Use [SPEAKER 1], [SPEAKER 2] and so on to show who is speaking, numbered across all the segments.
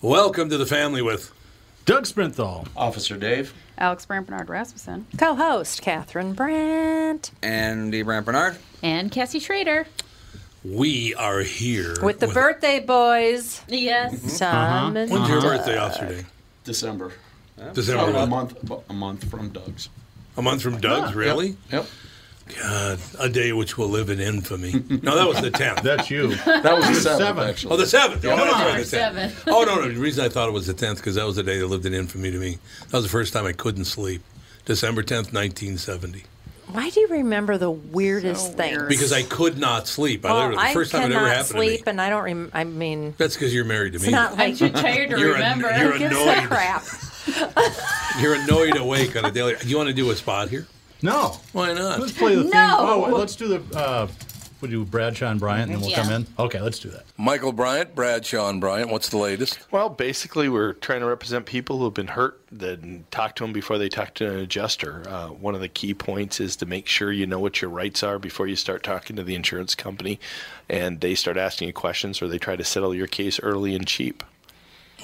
[SPEAKER 1] Welcome to the family with
[SPEAKER 2] Doug Sprinthal,
[SPEAKER 3] Officer Dave,
[SPEAKER 4] Alex Brampernard Rasmussen,
[SPEAKER 5] co-host Catherine Brandt,
[SPEAKER 3] Andy Brampernard.
[SPEAKER 6] and Cassie Schrader.
[SPEAKER 1] We Are Here.
[SPEAKER 5] with the birthday boys,
[SPEAKER 1] Mm-hmm.
[SPEAKER 6] Yes.
[SPEAKER 5] Tom and
[SPEAKER 1] When's your
[SPEAKER 5] Doug.
[SPEAKER 1] birthday, Officer Day?
[SPEAKER 3] December.
[SPEAKER 1] December.
[SPEAKER 3] About a
[SPEAKER 1] what?
[SPEAKER 3] month, about a month from Doug's.
[SPEAKER 1] A month from Doug's, really?
[SPEAKER 3] Yep.
[SPEAKER 1] God, a day which will live in infamy. No, that was the 10th.
[SPEAKER 2] that's you.
[SPEAKER 3] That was the seventh,
[SPEAKER 2] Seventh.
[SPEAKER 3] actually.
[SPEAKER 1] Oh, the seventh. Oh, that's right, the
[SPEAKER 6] Seven.
[SPEAKER 1] tenth. Oh no, no. The reason I thought it was the tenth because that was the day that lived in infamy to me. That was the first time I couldn't sleep. December tenth, nineteen seventy.
[SPEAKER 5] Why do you remember the weirdest things?
[SPEAKER 1] Because I could not sleep. I
[SPEAKER 5] well,
[SPEAKER 1] literally the
[SPEAKER 5] I
[SPEAKER 1] first time it
[SPEAKER 5] cannot
[SPEAKER 1] ever happened
[SPEAKER 5] sleep,
[SPEAKER 1] to me.
[SPEAKER 5] and I don't. Rem- I mean,
[SPEAKER 1] That's because you're married to
[SPEAKER 5] it's
[SPEAKER 1] me.
[SPEAKER 5] not
[SPEAKER 6] I'm
[SPEAKER 5] like
[SPEAKER 6] too tired to
[SPEAKER 1] You're a-
[SPEAKER 6] remember.
[SPEAKER 1] you're a-
[SPEAKER 5] gives a
[SPEAKER 1] annoyed.
[SPEAKER 5] crap.
[SPEAKER 1] you're annoyed awake on a daily. Do you want to do a spot here?
[SPEAKER 2] No.
[SPEAKER 1] Why not?
[SPEAKER 2] Let's play the theme.
[SPEAKER 6] No!
[SPEAKER 2] Oh, wait, let's do the. Uh, we do Bradshaw and Bryant, and then we'll
[SPEAKER 6] Yeah.
[SPEAKER 2] come in. Okay, let's do that.
[SPEAKER 7] Michael Bryant, Bradshaw and Bryant, what's the latest?
[SPEAKER 8] Well, basically, we're trying to represent people who have been hurt. Then talk to them before they talk to an adjuster. Uh, one of the key points is to make sure you know what your rights are before you start talking to the insurance company, and they start asking you questions or they try to settle your case early and cheap.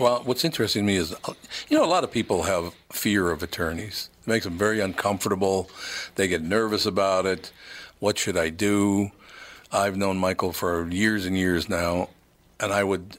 [SPEAKER 7] Well, what's interesting to me is, uh, you know, a lot of people have fear of attorneys. It makes them very uncomfortable. They get nervous about it. What should I do? I've known Michael for years and years now, and I would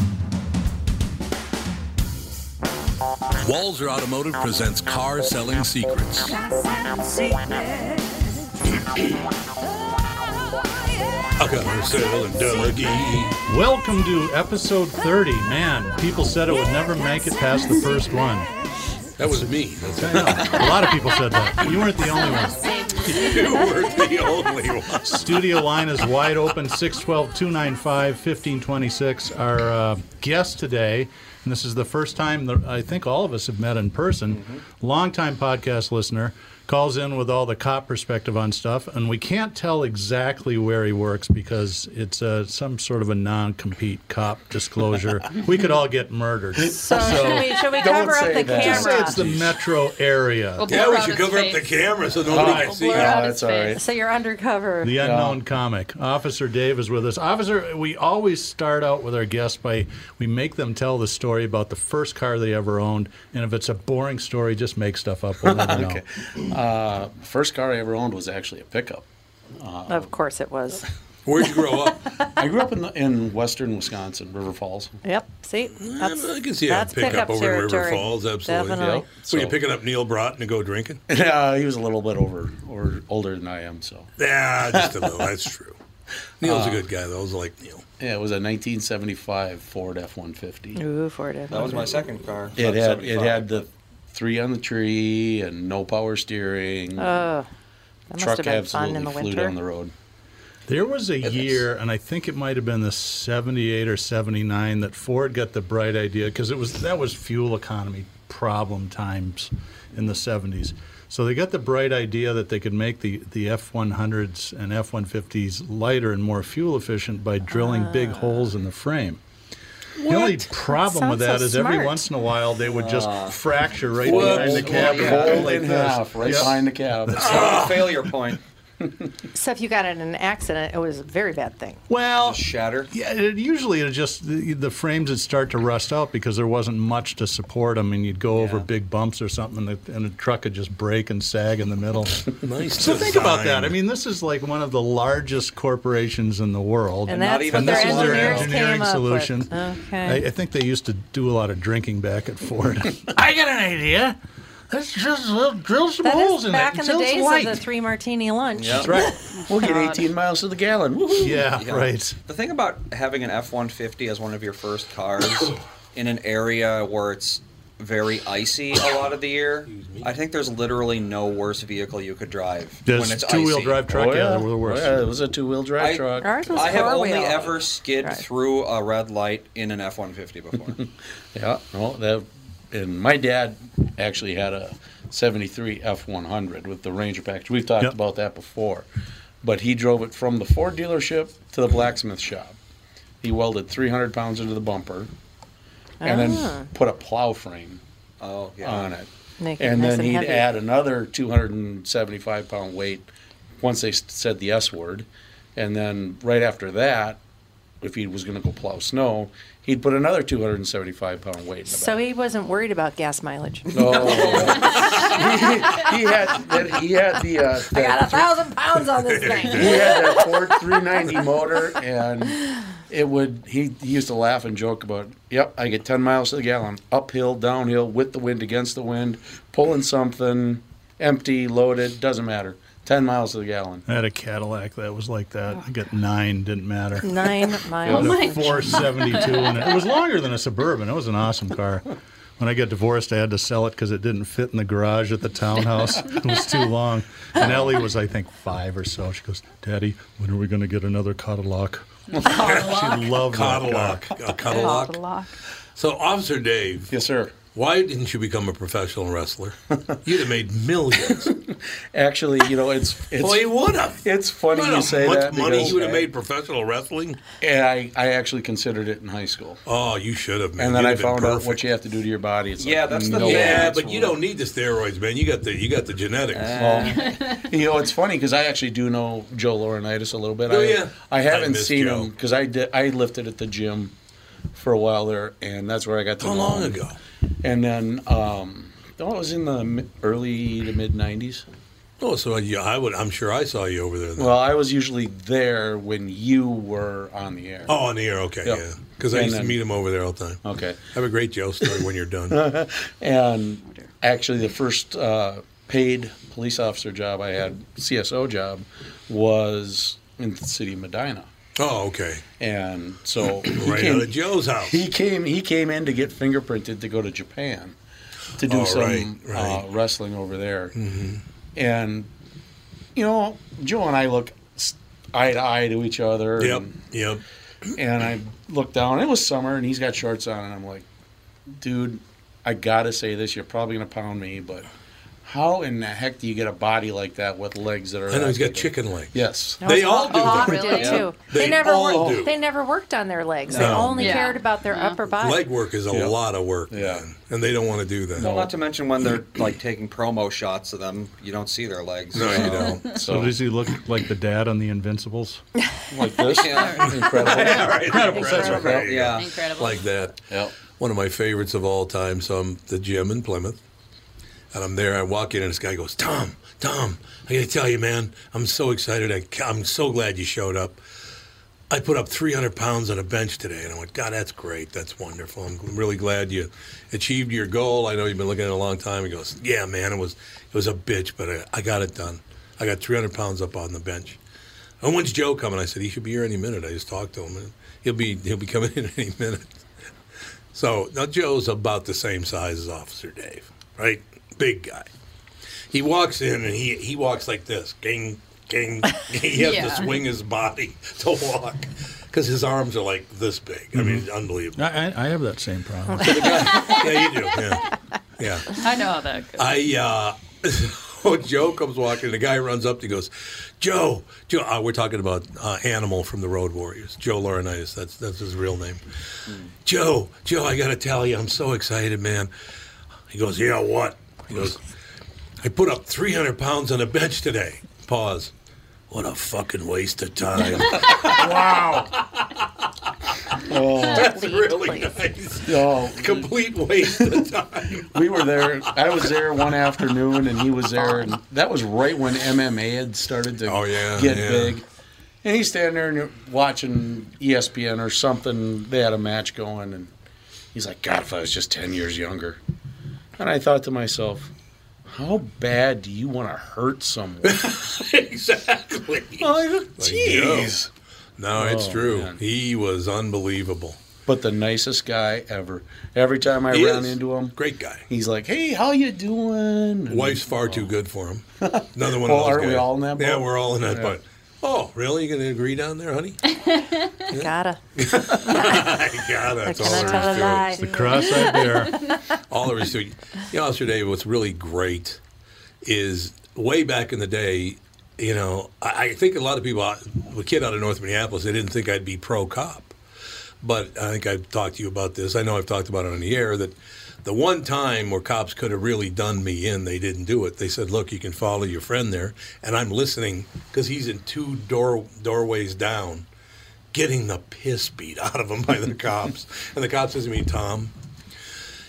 [SPEAKER 1] Walzer Automotive presents Car Selling Secrets. Okay, sell and Dougie.
[SPEAKER 2] Welcome to episode 30. Man, people said it would never make it past the first one.
[SPEAKER 1] That was me. That's
[SPEAKER 2] I know. A lot of people said that. You weren't the only one.
[SPEAKER 1] you were the only one.
[SPEAKER 2] Studio line is wide open 612 295 1526. Our uh, guest today, and this is the first time that I think all of us have met in person, longtime podcast listener, calls in with all the cop perspective on stuff, and we can't tell exactly where he works because it's uh, some sort of a non compete cop disclosure. we could all get murdered.
[SPEAKER 5] So, should we, should we cover up
[SPEAKER 3] say
[SPEAKER 5] the
[SPEAKER 3] that.
[SPEAKER 2] Just say
[SPEAKER 5] camera?
[SPEAKER 2] it's the metro area.
[SPEAKER 4] We'll
[SPEAKER 1] Yeah,
[SPEAKER 4] blur
[SPEAKER 1] we
[SPEAKER 4] out
[SPEAKER 1] should
[SPEAKER 4] his
[SPEAKER 1] cover up
[SPEAKER 4] face.
[SPEAKER 1] the camera so nobody can see
[SPEAKER 4] Blur
[SPEAKER 1] it.
[SPEAKER 4] out
[SPEAKER 3] No,
[SPEAKER 4] his
[SPEAKER 3] that's all right.
[SPEAKER 4] face.
[SPEAKER 5] so you're undercover.
[SPEAKER 2] The unknown comic. Officer Dave is with us. Officer, we always start out with our guests by we make them tell the story about the first car they ever owned, and if it's a boring story, just make stuff up. We'll never know.
[SPEAKER 3] Uh, first car I ever owned was actually a pickup. Uh,
[SPEAKER 5] Of course, it was.
[SPEAKER 1] Where'd you grow up?
[SPEAKER 3] I grew up in the, in western Wisconsin, River Falls.
[SPEAKER 5] Yep. See, that's,
[SPEAKER 1] I can see a
[SPEAKER 5] that's
[SPEAKER 1] pickup over in River
[SPEAKER 5] territory.
[SPEAKER 1] Falls, absolutely.
[SPEAKER 5] Definitely.
[SPEAKER 3] Yep.
[SPEAKER 1] So you
[SPEAKER 3] So-
[SPEAKER 1] picking up Neil Broughton to go drinking?
[SPEAKER 3] Yeah, he was a little bit over or older than I am. So
[SPEAKER 1] Yeah, just a little. That's true. Neil's a good guy, though. I was like Neil.
[SPEAKER 3] yeah, it was a 1975 Ford F-150.
[SPEAKER 5] Ooh, Ford.
[SPEAKER 7] my second car.
[SPEAKER 3] It had it had the three on the tree and no power steering.
[SPEAKER 5] Oh, that must
[SPEAKER 3] Truck
[SPEAKER 5] have been
[SPEAKER 3] absolutely
[SPEAKER 5] fun in the
[SPEAKER 3] flew
[SPEAKER 5] winter.
[SPEAKER 3] down the road.
[SPEAKER 2] There was a year, and I think it might have been the '78 or '79 that Ford got the bright idea because it was that was fuel economy problem times in the '70s. So they got the bright idea that they could make the, the F100s and F150s lighter and more fuel efficient by drilling big
[SPEAKER 5] Ah.
[SPEAKER 2] holes in the frame. The only problem with
[SPEAKER 5] Sounds
[SPEAKER 2] that
[SPEAKER 5] so
[SPEAKER 2] is every
[SPEAKER 5] smart. Ah.
[SPEAKER 2] once in a while they would just fracture right
[SPEAKER 3] Whoops.
[SPEAKER 2] behind the cab and
[SPEAKER 3] Yeah.
[SPEAKER 2] go like
[SPEAKER 3] In
[SPEAKER 2] this.
[SPEAKER 3] half, right
[SPEAKER 2] Yep.
[SPEAKER 3] behind the cab.
[SPEAKER 2] Ah!
[SPEAKER 6] failure point.
[SPEAKER 5] So if you got in an accident, it was a very bad thing.
[SPEAKER 2] Well,
[SPEAKER 6] Shatter.
[SPEAKER 2] Yeah, it, usually it just the, the frames would start to rust out because there wasn't much to support them, and you'd go over
[SPEAKER 3] Yeah.
[SPEAKER 2] big bumps or something, and the, and the truck would just break and sag in the middle. so
[SPEAKER 1] Nice.
[SPEAKER 2] think about
[SPEAKER 1] design.
[SPEAKER 2] that. I mean, this is like one of the largest corporations in the world,
[SPEAKER 5] And
[SPEAKER 6] not
[SPEAKER 5] that's
[SPEAKER 6] even
[SPEAKER 5] what their
[SPEAKER 6] this
[SPEAKER 2] this
[SPEAKER 6] is
[SPEAKER 2] is their
[SPEAKER 5] engineers
[SPEAKER 2] engineering
[SPEAKER 5] came up
[SPEAKER 2] solution.
[SPEAKER 5] with. Okay.
[SPEAKER 2] I, I think they used to do a lot of drinking back at Ford. I got an idea. Let's just uh, drill some
[SPEAKER 5] That
[SPEAKER 2] holes
[SPEAKER 5] is
[SPEAKER 2] in
[SPEAKER 5] back
[SPEAKER 2] it
[SPEAKER 5] in the
[SPEAKER 2] until it's
[SPEAKER 5] days
[SPEAKER 2] white.
[SPEAKER 5] of the three martini lunch.
[SPEAKER 6] Yep.
[SPEAKER 2] right.
[SPEAKER 3] We'll get 18 miles to the gallon. Woohoo.
[SPEAKER 2] Yeah, right.
[SPEAKER 6] The thing about having an F 150 as one of your first cars in an area where it's very icy a lot of the year, I think there's literally no worse vehicle you could drive when
[SPEAKER 2] This
[SPEAKER 6] it's
[SPEAKER 2] two wheel
[SPEAKER 6] icy.
[SPEAKER 2] drive truck,
[SPEAKER 3] Oh, yeah.
[SPEAKER 2] yeah, they're the worst.
[SPEAKER 3] Oh, yeah, it was a two-wheel drive
[SPEAKER 6] I-
[SPEAKER 3] truck.
[SPEAKER 5] Ours was
[SPEAKER 6] I have
[SPEAKER 5] four
[SPEAKER 6] only
[SPEAKER 5] wheel.
[SPEAKER 6] ever skid
[SPEAKER 5] Right.
[SPEAKER 6] through a red light in an F 150 before.
[SPEAKER 3] Yeah, no, that, and my dad actually had a '73 F100 with the Ranger package. We've talked
[SPEAKER 2] Yep.
[SPEAKER 3] about that before, but he drove it from the Ford dealership to the blacksmith shop. He welded 300 pounds into the bumper, and
[SPEAKER 5] Ah.
[SPEAKER 3] then put a plow frame
[SPEAKER 6] oh, yeah.
[SPEAKER 3] on it,
[SPEAKER 5] Make it
[SPEAKER 3] and
[SPEAKER 5] nice
[SPEAKER 3] then
[SPEAKER 5] and
[SPEAKER 3] he'd
[SPEAKER 5] heavy.
[SPEAKER 3] add another 275 pound weight once they s- said the S word, and then right after that. If he was going to go plow snow, he'd put another 275 pound weight. In the
[SPEAKER 5] So
[SPEAKER 3] back.
[SPEAKER 5] he wasn't worried about gas mileage.
[SPEAKER 3] No. he, he had that, he had the uh,
[SPEAKER 5] I got a
[SPEAKER 3] that,
[SPEAKER 5] thousand pounds on this
[SPEAKER 3] he
[SPEAKER 5] thing.
[SPEAKER 3] had that Ford 390 motor, and it would he, he used to laugh and joke about. Yep, I get 10 miles to the gallon, uphill, downhill, with the wind, against the wind, pulling something, empty, loaded, doesn't matter. 10 miles to the gallon.
[SPEAKER 2] I had a Cadillac that was like that. I got nine, didn't matter.
[SPEAKER 5] Nine
[SPEAKER 2] I
[SPEAKER 5] miles.
[SPEAKER 2] had a 472 in it. It was longer than a Suburban. It was an awesome car. When I got divorced, I had to sell it because it didn't fit in the garage at the townhouse. It was too long. And Ellie was, I think, five or so. She goes, Daddy, when are we going to get another Cadillac? she loved that car.
[SPEAKER 1] Cadillac. A Cadillac.
[SPEAKER 4] Lock.
[SPEAKER 1] So, Officer Dave,
[SPEAKER 3] Yes, sir.
[SPEAKER 1] why didn't you become a professional wrestler? You'd have made millions.
[SPEAKER 3] Actually, you know, it's it's
[SPEAKER 1] well, he would have.
[SPEAKER 3] it's funny
[SPEAKER 1] What
[SPEAKER 3] you
[SPEAKER 1] a
[SPEAKER 3] say
[SPEAKER 1] much
[SPEAKER 3] that
[SPEAKER 1] money
[SPEAKER 3] because
[SPEAKER 1] you would have
[SPEAKER 3] I-
[SPEAKER 1] made professional wrestling?
[SPEAKER 3] and I, I actually considered it in high school.
[SPEAKER 1] Oh, you should have. Man.
[SPEAKER 3] And then
[SPEAKER 1] You'd
[SPEAKER 3] I
[SPEAKER 1] have been
[SPEAKER 3] found out what
[SPEAKER 1] perfect.
[SPEAKER 3] you have to do to your body. It's
[SPEAKER 6] Yeah,
[SPEAKER 3] like,
[SPEAKER 6] that's the
[SPEAKER 3] no
[SPEAKER 6] thing.
[SPEAKER 3] way.
[SPEAKER 1] Yeah,
[SPEAKER 6] Yeah,
[SPEAKER 1] but you don't need the steroids, man. You got the you got the genetics.
[SPEAKER 3] Well, you know, it's funny because I actually do know Joe Laurinaitis a little bit.
[SPEAKER 1] Oh,
[SPEAKER 3] I,
[SPEAKER 1] yeah.
[SPEAKER 3] I haven't
[SPEAKER 1] I miss
[SPEAKER 3] seen
[SPEAKER 1] Joe.
[SPEAKER 3] him because I did, I lifted at the gym for a while there, and that's where I got to
[SPEAKER 1] How
[SPEAKER 3] know
[SPEAKER 1] long
[SPEAKER 3] him.
[SPEAKER 1] ago?
[SPEAKER 3] And then, um, oh, it was in the mi- early to mid '90s.
[SPEAKER 1] Oh, so yeah, I would. I'm sure I saw you over there. Then.
[SPEAKER 3] Well, I was usually there when you were on the air.
[SPEAKER 1] oh, on the air. Okay,
[SPEAKER 3] Yeah.
[SPEAKER 1] yeah. Because I
[SPEAKER 3] And
[SPEAKER 1] used to
[SPEAKER 3] then-
[SPEAKER 1] meet him over there all the time.
[SPEAKER 3] Okay.
[SPEAKER 1] I have a great Joe story when you're done.
[SPEAKER 3] And actually, the first uh, paid police officer job I had, CSO job, was in the city of Medina.
[SPEAKER 1] Oh, okay.
[SPEAKER 3] And so he
[SPEAKER 1] Right
[SPEAKER 3] came-
[SPEAKER 1] out of Joe's house.
[SPEAKER 3] He came. He came in to get fingerprinted to go to Japan to do
[SPEAKER 1] Oh,
[SPEAKER 3] some
[SPEAKER 1] right, right. Mm-hmm.
[SPEAKER 3] Uh, wrestling over there. And you know, Joe and I look s- eye to eye to each other.
[SPEAKER 1] yep,
[SPEAKER 3] And,
[SPEAKER 1] yep.
[SPEAKER 3] and I look down. It was summer, and he's got shorts on, and I'm like, dude, I gotta say this. You're probably gonna pound me, but how in the heck do you get a body like that with legs that are?
[SPEAKER 1] I know
[SPEAKER 3] that
[SPEAKER 1] he's got
[SPEAKER 3] big?
[SPEAKER 1] chicken legs.
[SPEAKER 3] Yes.
[SPEAKER 1] They all do.
[SPEAKER 5] A lot
[SPEAKER 1] that.
[SPEAKER 5] did
[SPEAKER 6] Yeah.
[SPEAKER 5] too.
[SPEAKER 1] They
[SPEAKER 5] never
[SPEAKER 1] all
[SPEAKER 5] worked,
[SPEAKER 1] do.
[SPEAKER 5] They never worked on their legs. They
[SPEAKER 1] No.
[SPEAKER 5] only
[SPEAKER 4] Yeah.
[SPEAKER 5] cared about their upper body.
[SPEAKER 1] Leg work is a
[SPEAKER 3] Yeah.
[SPEAKER 1] lot of work.
[SPEAKER 3] Yeah.
[SPEAKER 1] man, and they don't want to do that.
[SPEAKER 6] Well, not to mention when they're like taking promo shots of them, you don't see their legs.
[SPEAKER 1] No, you
[SPEAKER 6] so-
[SPEAKER 1] don't.
[SPEAKER 2] So
[SPEAKER 3] So
[SPEAKER 2] does he look like the dad on The Invincibles?
[SPEAKER 3] like this,
[SPEAKER 6] Yeah.
[SPEAKER 3] incredible.
[SPEAKER 1] All right,
[SPEAKER 4] Incredible.
[SPEAKER 1] There you go.
[SPEAKER 6] Yeah.
[SPEAKER 4] Incredible.
[SPEAKER 1] like that.
[SPEAKER 3] Yep.
[SPEAKER 1] One of my favorites of all time. So I'm at the gym in Plymouth, and I'm there. I walk in, and this guy goes, "Tom, Tom, I got to tell you, man, I'm so excited. I, ca- I'm so glad you showed up. I put up 300 pounds on a bench today, and I went, God, that's great. That's wonderful. I'm really glad you achieved your goal. I know you've been looking at it a long time. He goes, Yeah, man, it was it was a bitch, but I, I got it done. I got 300 pounds up on the bench. And when's Joe coming? I said he should be here any minute. I just talked to him, and he'll be he'll be coming in any minute. So now Joe's about the same size as Officer Dave. right? Big guy. He walks in and he, he walks like this, gang, gang. He has
[SPEAKER 2] Yeah.
[SPEAKER 1] to swing his body to walk because his arms are like this big. I mean, unbelievable.
[SPEAKER 2] I, I, I have that same problem.
[SPEAKER 1] yeah, you do. Yeah. yeah.
[SPEAKER 4] I know how that goes.
[SPEAKER 1] I uh, so Joe comes walking, the guy runs up. to him, He goes, "Joe, Joe." Uh, we're talking about uh, Animal from the Road Warriors. Joe Laurinaitis. That's that's his real name. Joe, Joe, I gotta tell you, I'm so excited, man. He goes, "Yeah, what?" He goes, "I put up 300 pounds on the bench today." Pause. What a fucking waste of time.
[SPEAKER 3] wow. Oh,
[SPEAKER 1] That's really nice.
[SPEAKER 3] oh,
[SPEAKER 1] Complete waste of time.
[SPEAKER 3] we were there. I was there one afternoon, and he was there, and that was right when MMA had started to get
[SPEAKER 1] Oh, yeah.
[SPEAKER 3] big. And he's standing there and you're watching E ESPN or something. They had a match going, and he's like, "God, if I was just ten years younger." And I thought to myself, "How bad do you want to hurt someone?"
[SPEAKER 1] exactly.
[SPEAKER 3] Jeez.
[SPEAKER 1] No, it's
[SPEAKER 3] Oh,
[SPEAKER 1] true.
[SPEAKER 3] man.
[SPEAKER 1] He was unbelievable.
[SPEAKER 3] But the nicest guy ever. Every time I
[SPEAKER 1] He
[SPEAKER 3] ran
[SPEAKER 1] is.
[SPEAKER 3] into him,
[SPEAKER 1] great guy.
[SPEAKER 3] He's like, "Hey, how you doing?"
[SPEAKER 1] Wife's far too good for him. Another one.
[SPEAKER 3] Well,
[SPEAKER 1] of those
[SPEAKER 3] aren't we
[SPEAKER 1] guys.
[SPEAKER 3] all in that
[SPEAKER 1] Yeah,
[SPEAKER 3] boat?
[SPEAKER 1] we're all in that
[SPEAKER 3] Yeah.
[SPEAKER 1] boat. Oh, really? You gonna agree down there, honey?
[SPEAKER 5] Gotta.
[SPEAKER 1] I gotta. That's
[SPEAKER 5] I cannot
[SPEAKER 1] all there
[SPEAKER 5] tell
[SPEAKER 1] is
[SPEAKER 5] a
[SPEAKER 1] to it.
[SPEAKER 5] lie. It's the cross
[SPEAKER 2] I
[SPEAKER 1] all there is to it. You know, Officer Dave, what's really great is way back in the day, you know, I, I think a lot of people, I- a kid out of North Minneapolis, they didn't think I'd be pro cop. But I think I've talked to you about this. I know I've talked about it on the air that the one time where cops could have really done me in, they didn't do it. They said, look, you can follow your friend there. And I'm listening because he's in two door, doorways down getting the piss beat out of him by the cops. And the cop says to me, Tom,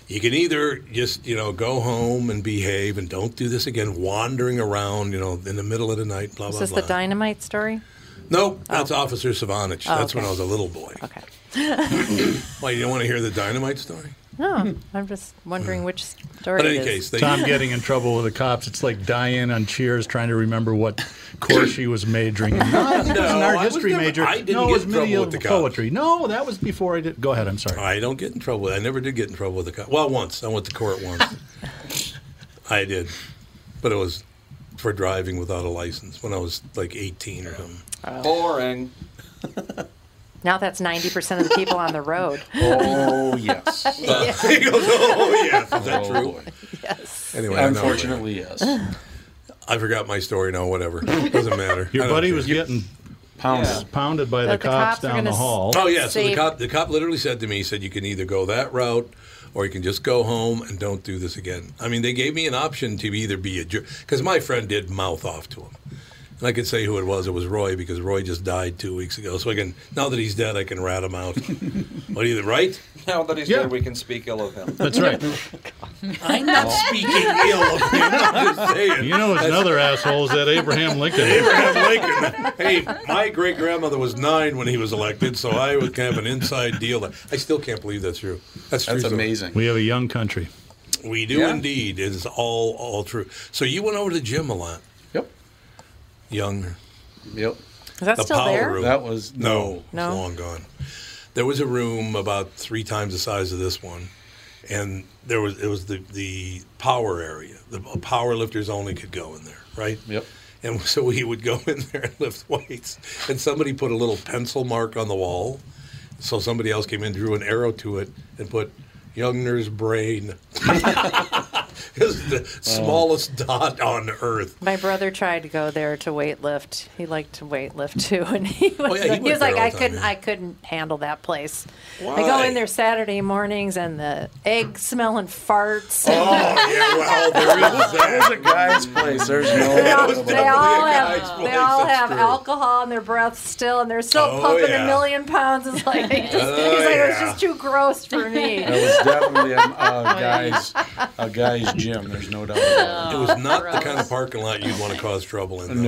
[SPEAKER 1] you can either just, you know, go home and behave and don't do this again, wandering around, you know, in the middle of the night, blah,
[SPEAKER 5] Is
[SPEAKER 1] blah,
[SPEAKER 5] this
[SPEAKER 1] blah.
[SPEAKER 5] the dynamite story?
[SPEAKER 1] nope, that's Officer Savanich.
[SPEAKER 5] Oh,
[SPEAKER 1] that's when
[SPEAKER 5] okay.
[SPEAKER 1] I was a little boy. Okay.
[SPEAKER 5] no,
[SPEAKER 1] Well, you don't want to hear the dynamite story?
[SPEAKER 5] I'm just wondering which story.
[SPEAKER 1] But in
[SPEAKER 5] it
[SPEAKER 1] any
[SPEAKER 5] is.
[SPEAKER 1] case, they-
[SPEAKER 2] Tom getting in trouble with the cops. It's like Diane on Cheers trying to remember what course she was majoring in. No, I think it was an
[SPEAKER 1] No,
[SPEAKER 2] art
[SPEAKER 1] I was
[SPEAKER 2] history
[SPEAKER 1] never-
[SPEAKER 2] major.
[SPEAKER 1] I didn't
[SPEAKER 2] no,
[SPEAKER 1] get
[SPEAKER 2] it was
[SPEAKER 1] in trouble
[SPEAKER 2] medieval
[SPEAKER 1] with the cops.
[SPEAKER 2] poetry. No, that was before I did. Go ahead. I'm sorry.
[SPEAKER 1] I don't get in trouble. I never did get in trouble with the cop. Well, once. I went to court once. I did. But it was for driving without a license when I was like 18 or something.
[SPEAKER 6] Boring.
[SPEAKER 5] Now that's 90% of the people on the road.
[SPEAKER 3] Oh yes.
[SPEAKER 1] He goes, oh, yes. Is that
[SPEAKER 3] Oh,
[SPEAKER 1] true?
[SPEAKER 3] boy.
[SPEAKER 5] Yes.
[SPEAKER 1] Anyway, I know that.
[SPEAKER 3] Unfortunately, yes.
[SPEAKER 1] I forgot my story now, whatever. Doesn't matter.
[SPEAKER 2] Your
[SPEAKER 1] I don't
[SPEAKER 2] buddy
[SPEAKER 1] care.
[SPEAKER 2] was getting
[SPEAKER 3] Pounded.
[SPEAKER 2] pounded by the,
[SPEAKER 5] But the
[SPEAKER 2] cops,
[SPEAKER 5] cops are
[SPEAKER 2] down the
[SPEAKER 5] gonna
[SPEAKER 2] hall.
[SPEAKER 1] Oh yeah, so the
[SPEAKER 5] Save-
[SPEAKER 1] cop the cop literally said to me, he said you can either go that route or you can just go home and don't do this again. I mean, they gave me an option to either be a jerk because my friend did mouth off to him, and I could say who it was. It was Roy because Roy just died two weeks ago. So I can now that he's dead, I can rat him out. what do you right?
[SPEAKER 6] Now that he's
[SPEAKER 2] Yeah.
[SPEAKER 6] dead, we can speak ill of him.
[SPEAKER 2] That's right.
[SPEAKER 1] I'm not speaking ill of him. I'm just saying.
[SPEAKER 2] You know, his other asshole is that Abraham Lincoln.
[SPEAKER 1] Abraham Lincoln. Hey, my great grandmother was nine when he was elected, so I would have an inside deal. I still can't believe that's true. That's true.
[SPEAKER 3] That's
[SPEAKER 1] though.
[SPEAKER 3] amazing.
[SPEAKER 2] We have a young country.
[SPEAKER 1] We do
[SPEAKER 6] Yeah.
[SPEAKER 1] indeed. It is all all true. So you went over to the gym a lot,
[SPEAKER 3] Yep.
[SPEAKER 1] young.
[SPEAKER 5] Is
[SPEAKER 3] Yep.
[SPEAKER 5] that
[SPEAKER 1] the
[SPEAKER 5] still
[SPEAKER 1] power
[SPEAKER 5] there?
[SPEAKER 1] room.
[SPEAKER 3] That was
[SPEAKER 1] No,
[SPEAKER 3] no.
[SPEAKER 5] No.
[SPEAKER 1] it's long gone. There was a room about three times the size of this one, and there was it was the the power area. The uh, power lifters only could go in there, right?
[SPEAKER 3] Yep.
[SPEAKER 1] And so we would go in there and lift weights. And somebody put a little pencil mark on the wall. So somebody else came in, drew an arrow to it, and put Youngner's brain. it's the smallest dot on earth.
[SPEAKER 5] My brother tried to go there to weightlift. He liked to weightlift too, and he was,
[SPEAKER 1] Oh, yeah, he went
[SPEAKER 5] was
[SPEAKER 1] there
[SPEAKER 5] like,
[SPEAKER 1] all
[SPEAKER 5] "I
[SPEAKER 1] the time,
[SPEAKER 5] couldn't,
[SPEAKER 1] yeah.
[SPEAKER 5] I couldn't handle that place." I go
[SPEAKER 1] Why?
[SPEAKER 5] in there Saturday mornings, and the egg smelling farts.
[SPEAKER 1] Oh, yeah, well, there is
[SPEAKER 3] There's a
[SPEAKER 1] that.
[SPEAKER 3] guy's place. There's no.
[SPEAKER 5] They all,
[SPEAKER 3] doubt
[SPEAKER 1] was
[SPEAKER 3] about
[SPEAKER 5] they
[SPEAKER 1] definitely
[SPEAKER 3] it.
[SPEAKER 5] all
[SPEAKER 1] a
[SPEAKER 5] have,
[SPEAKER 1] guy's
[SPEAKER 5] they
[SPEAKER 1] place,
[SPEAKER 5] all
[SPEAKER 1] that's
[SPEAKER 5] have
[SPEAKER 1] true.
[SPEAKER 5] alcohol in their breath still, and they're still
[SPEAKER 1] Oh,
[SPEAKER 5] pumping
[SPEAKER 1] yeah. Oh,
[SPEAKER 5] a million pounds. It's like, he's like, it was
[SPEAKER 1] yeah.
[SPEAKER 5] just too gross for me. Oh,
[SPEAKER 3] That was definitely a, a guy's a guy's gym. There's no doubt about
[SPEAKER 1] It
[SPEAKER 5] Oh,
[SPEAKER 1] was not the kind of parking lot you'd want to cause trouble
[SPEAKER 3] it.
[SPEAKER 1] in.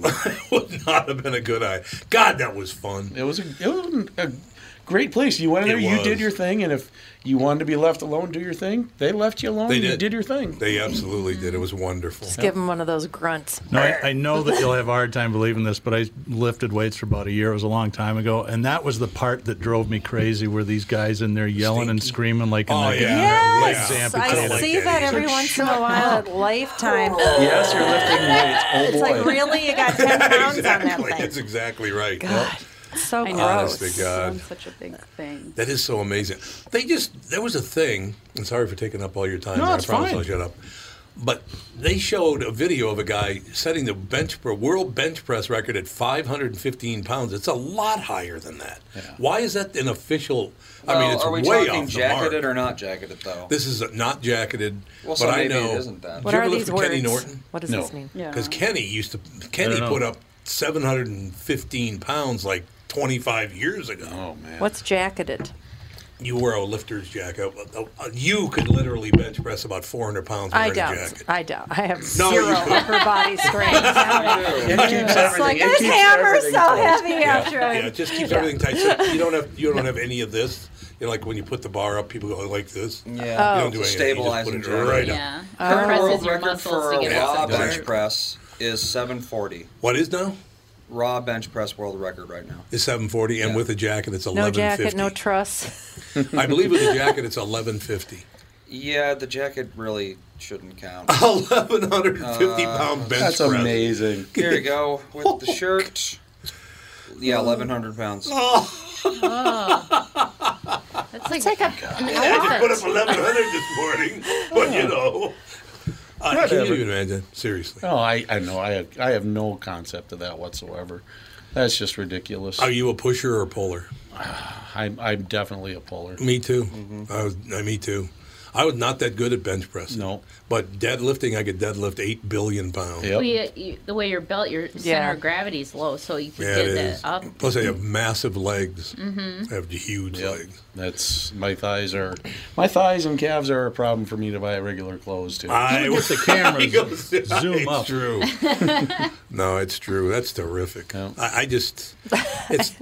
[SPEAKER 1] though.
[SPEAKER 3] No.
[SPEAKER 1] Would not have been a good idea. God, that was fun.
[SPEAKER 3] It was a, it was a great place. You went in there,
[SPEAKER 1] It
[SPEAKER 3] you
[SPEAKER 1] was.
[SPEAKER 3] did your thing, and if you wanted to be left alone, do your thing. They left you alone.
[SPEAKER 1] They
[SPEAKER 3] and You
[SPEAKER 1] did.
[SPEAKER 3] did your thing.
[SPEAKER 1] They absolutely did. It was wonderful.
[SPEAKER 5] Just give him one of those grunts.
[SPEAKER 2] No, I, I know that you'll have a hard time believing this, but I lifted weights for about a year. It was a long time ago, and that was the part that drove me crazy. Were these guys in there yelling and screaming like in
[SPEAKER 1] Oh,
[SPEAKER 2] their
[SPEAKER 1] yeah.
[SPEAKER 2] legs
[SPEAKER 1] Yes,
[SPEAKER 2] amputated?
[SPEAKER 5] I see that every once in a while at Lifetime.
[SPEAKER 3] Yes, you're lifting weights. Oh
[SPEAKER 5] It's like,
[SPEAKER 3] boy.
[SPEAKER 5] really? You got 10 pounds on
[SPEAKER 1] exactly.
[SPEAKER 5] that thing?
[SPEAKER 1] That's exactly right.
[SPEAKER 5] It's so
[SPEAKER 4] I
[SPEAKER 5] gross.
[SPEAKER 4] know.
[SPEAKER 1] Honest to God.
[SPEAKER 4] It's such a big thing.
[SPEAKER 1] That is so amazing. They just there was a thing, and sorry for taking up all your time.
[SPEAKER 2] No,
[SPEAKER 1] I
[SPEAKER 2] it's
[SPEAKER 1] promise
[SPEAKER 2] fine.
[SPEAKER 1] I'll shut up. But they showed a video of a guy setting the bench pro- world bench press record at 515 pounds. It's a lot higher than that. Why is that an official? I mean,
[SPEAKER 6] Well,
[SPEAKER 1] it's
[SPEAKER 6] are we
[SPEAKER 1] way
[SPEAKER 6] talking
[SPEAKER 1] off
[SPEAKER 6] jacketed
[SPEAKER 1] the mark.
[SPEAKER 6] or not jacketed though?
[SPEAKER 1] This is not jacketed,
[SPEAKER 6] Well,
[SPEAKER 1] but
[SPEAKER 6] so
[SPEAKER 1] I
[SPEAKER 6] maybe
[SPEAKER 1] know.
[SPEAKER 6] it isn't then.
[SPEAKER 1] Did
[SPEAKER 5] What
[SPEAKER 1] you
[SPEAKER 5] are
[SPEAKER 1] ever look
[SPEAKER 5] these
[SPEAKER 1] for Kenny
[SPEAKER 5] words?
[SPEAKER 1] Norton?
[SPEAKER 5] What does
[SPEAKER 3] No.
[SPEAKER 5] this mean?
[SPEAKER 4] Yeah.
[SPEAKER 1] Because Kenny used to
[SPEAKER 2] I
[SPEAKER 1] Kenny
[SPEAKER 2] don't know.
[SPEAKER 1] put up 715 pounds like 25 years ago.
[SPEAKER 3] Oh man.
[SPEAKER 5] What's jacketed?
[SPEAKER 1] You wear a lifter's jacket. Uh, You could literally bench press about 400 pounds
[SPEAKER 5] I
[SPEAKER 1] wearing a
[SPEAKER 5] don't.
[SPEAKER 1] jacket.
[SPEAKER 5] I don't. I have
[SPEAKER 1] No, you
[SPEAKER 5] zero
[SPEAKER 1] couldn't.
[SPEAKER 5] upper body strength.
[SPEAKER 3] It keeps
[SPEAKER 5] it's
[SPEAKER 3] everything.
[SPEAKER 5] like
[SPEAKER 3] it
[SPEAKER 5] this
[SPEAKER 3] keeps
[SPEAKER 5] hammer's
[SPEAKER 3] everything
[SPEAKER 5] so
[SPEAKER 3] closed.
[SPEAKER 5] heavy after
[SPEAKER 1] yeah,
[SPEAKER 5] I.
[SPEAKER 1] yeah, it just keeps everything tight. So you don't have you don't have any of this. You know, like when you put the bar up, people go like this.
[SPEAKER 6] Yeah.
[SPEAKER 1] You
[SPEAKER 5] Oh.
[SPEAKER 1] don't do
[SPEAKER 6] It's a
[SPEAKER 1] anything. You just
[SPEAKER 6] stabilizing
[SPEAKER 1] put it
[SPEAKER 6] joint.
[SPEAKER 1] right up.
[SPEAKER 9] Yeah.
[SPEAKER 6] Current
[SPEAKER 9] Presses
[SPEAKER 6] world
[SPEAKER 9] your
[SPEAKER 6] record
[SPEAKER 9] muscles
[SPEAKER 6] for
[SPEAKER 9] to get
[SPEAKER 6] raw
[SPEAKER 9] yourself
[SPEAKER 1] Yeah.
[SPEAKER 6] bench
[SPEAKER 9] back.
[SPEAKER 6] press is 740.
[SPEAKER 1] What is now?
[SPEAKER 6] Raw bench press world record right now.
[SPEAKER 1] Is 740, and
[SPEAKER 6] Yeah.
[SPEAKER 1] with a jacket, it's
[SPEAKER 5] No
[SPEAKER 1] 1150.
[SPEAKER 5] jacket, no truss.
[SPEAKER 1] I believe with a jacket, it's 1150.
[SPEAKER 6] Yeah, the jacket really shouldn't count. Uh,
[SPEAKER 1] 1150 fifty pound bench
[SPEAKER 3] That's
[SPEAKER 1] press.
[SPEAKER 3] amazing.
[SPEAKER 6] Here you go with the shirt. Yeah, 1,100 pounds.
[SPEAKER 9] That's like, an
[SPEAKER 1] I put up
[SPEAKER 9] elephant.
[SPEAKER 1] 1100 this morning, but you know. I can you Uh, imagine? Seriously.
[SPEAKER 3] No, I, I know. I have, I have no concept of that whatsoever. That's just ridiculous.
[SPEAKER 1] Are you a pusher or a puller?
[SPEAKER 3] I'm, I'm definitely a puller.
[SPEAKER 1] Me too.
[SPEAKER 3] Mm-hmm.
[SPEAKER 1] I was, I, me too. I was not that good at bench pressing.
[SPEAKER 3] No.
[SPEAKER 1] But deadlifting, I could deadlift 8 billion pounds.
[SPEAKER 3] Yep.
[SPEAKER 9] Well, you, uh, you, the way your belt, your center
[SPEAKER 5] Yeah.
[SPEAKER 9] of gravity's low, so you can
[SPEAKER 1] Yeah,
[SPEAKER 9] get it
[SPEAKER 1] it is.
[SPEAKER 9] up.
[SPEAKER 1] Plus, I have massive legs.
[SPEAKER 9] Mm-hmm.
[SPEAKER 1] I have huge
[SPEAKER 3] Yep.
[SPEAKER 1] legs.
[SPEAKER 3] That's my thighs are my thighs and calves are a problem for me to buy regular clothes too.
[SPEAKER 1] I
[SPEAKER 2] Get the cameras zoom
[SPEAKER 1] it's
[SPEAKER 2] up.
[SPEAKER 1] true. no, it's true. That's terrific. I, I just, it's,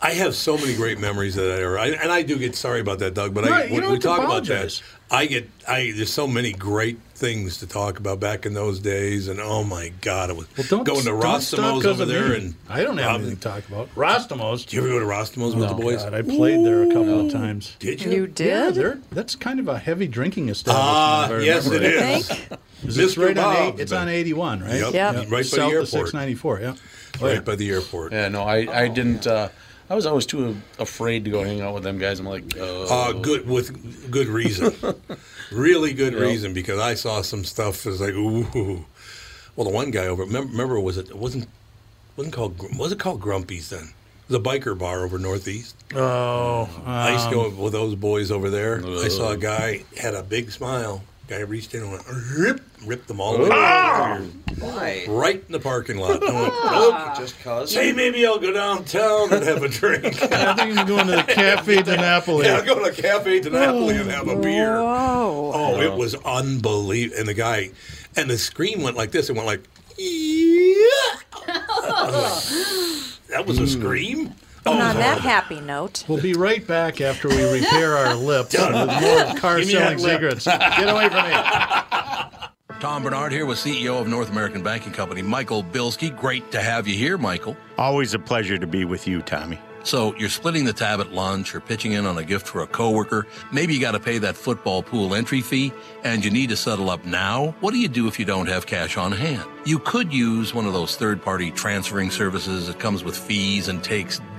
[SPEAKER 1] I have so many great memories that I ever, I, and I do get sorry about that, Doug. But
[SPEAKER 2] No,
[SPEAKER 1] I,
[SPEAKER 2] you
[SPEAKER 1] when
[SPEAKER 2] don't
[SPEAKER 1] we
[SPEAKER 2] have to
[SPEAKER 1] talk
[SPEAKER 2] apologize.
[SPEAKER 1] about that, I get, I there's so many great things to talk about back in those days, and oh my God, it was
[SPEAKER 2] Well, don't
[SPEAKER 1] going to
[SPEAKER 2] don't stop
[SPEAKER 1] Rostimos
[SPEAKER 2] 'cause
[SPEAKER 1] over
[SPEAKER 2] of
[SPEAKER 1] there,
[SPEAKER 2] me.
[SPEAKER 1] and
[SPEAKER 2] I don't have
[SPEAKER 1] Rob-
[SPEAKER 2] anything to talk about. Rostomos.
[SPEAKER 1] Did you ever go to Rostimos with the boys?
[SPEAKER 2] God, I played there a couple of times.
[SPEAKER 1] Did you?
[SPEAKER 5] You
[SPEAKER 2] Yeah,
[SPEAKER 5] did?
[SPEAKER 2] they're- that's kind of a heavy drinking establishment.
[SPEAKER 1] Ah,
[SPEAKER 2] if I
[SPEAKER 1] yes, it
[SPEAKER 2] remember right.
[SPEAKER 1] is.
[SPEAKER 2] Is this
[SPEAKER 1] Mr.
[SPEAKER 2] right on
[SPEAKER 1] Bob's
[SPEAKER 2] eight, It's
[SPEAKER 1] been-
[SPEAKER 2] on 81, right?
[SPEAKER 1] Yep,
[SPEAKER 5] Yep.
[SPEAKER 1] right by the
[SPEAKER 2] South
[SPEAKER 1] airport.
[SPEAKER 2] of 694, yeah.
[SPEAKER 1] Right by the airport.
[SPEAKER 3] yeah, no, I, I didn't. Uh, I was always too afraid to go hang out with them guys. I'm like,
[SPEAKER 1] Uh,
[SPEAKER 3] oh,
[SPEAKER 1] good with good reason, really good reason because I saw some stuff that's like ooh. Well, the one guy over remember, remember was it wasn't wasn't called Gr- was it called Grumpy's then? It was a biker bar over northeast.
[SPEAKER 2] Oh,
[SPEAKER 1] I used to
[SPEAKER 2] um,
[SPEAKER 1] go with those boys over there. I saw a guy had a big smile. Guy reached in and went rip ripped them all away
[SPEAKER 6] Why?
[SPEAKER 1] right in the parking lot. I went, "Nope."
[SPEAKER 6] Just cause?
[SPEAKER 1] Say maybe I'll go downtown and have a drink.
[SPEAKER 2] I think I'm going to the Cafe de Napoli.
[SPEAKER 1] I'll go to a cafe to Napoli and have a beer.
[SPEAKER 5] Whoa.
[SPEAKER 1] Oh, it was unbelievable. And the guy, and the scream went like this. It went like, yeah. that was a
[SPEAKER 7] Mm.
[SPEAKER 1] scream.
[SPEAKER 5] And
[SPEAKER 1] Oh,
[SPEAKER 5] on that happy note,
[SPEAKER 2] We'll be right back after we repair our lips with more car
[SPEAKER 1] Give me that
[SPEAKER 2] selling
[SPEAKER 1] lip.
[SPEAKER 2] cigarettes. Get away from me.
[SPEAKER 7] Tom Bernard here with CEO of North American Banking Company, Michael Bilski. Great to have you here, Michael.
[SPEAKER 10] Always a pleasure to be with you, Tommy.
[SPEAKER 7] So you're splitting the tab at lunch or pitching in on a gift for a coworker. Maybe you got to pay that football pool entry fee and you need to settle up now. What do you do if you don't have cash on hand? You could use one of those third party transferring services that comes with fees and takes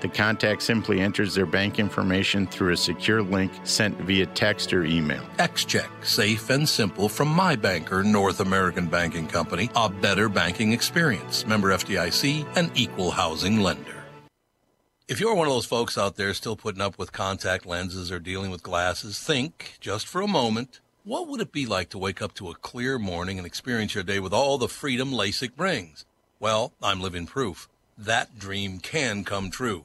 [SPEAKER 10] the contact simply enters their bank information through a secure link sent via text or email.
[SPEAKER 7] XCheck, safe and simple from my banker, North American Banking Company, a better banking experience. Member FDIC, an equal housing lender. If you're one of those folks out there still putting up with contact lenses or dealing with glasses, think just for a moment What would it be like to wake up to a clear morning and experience your day with all the freedom LASIK brings? Well, I'm living proof. That dream can come true.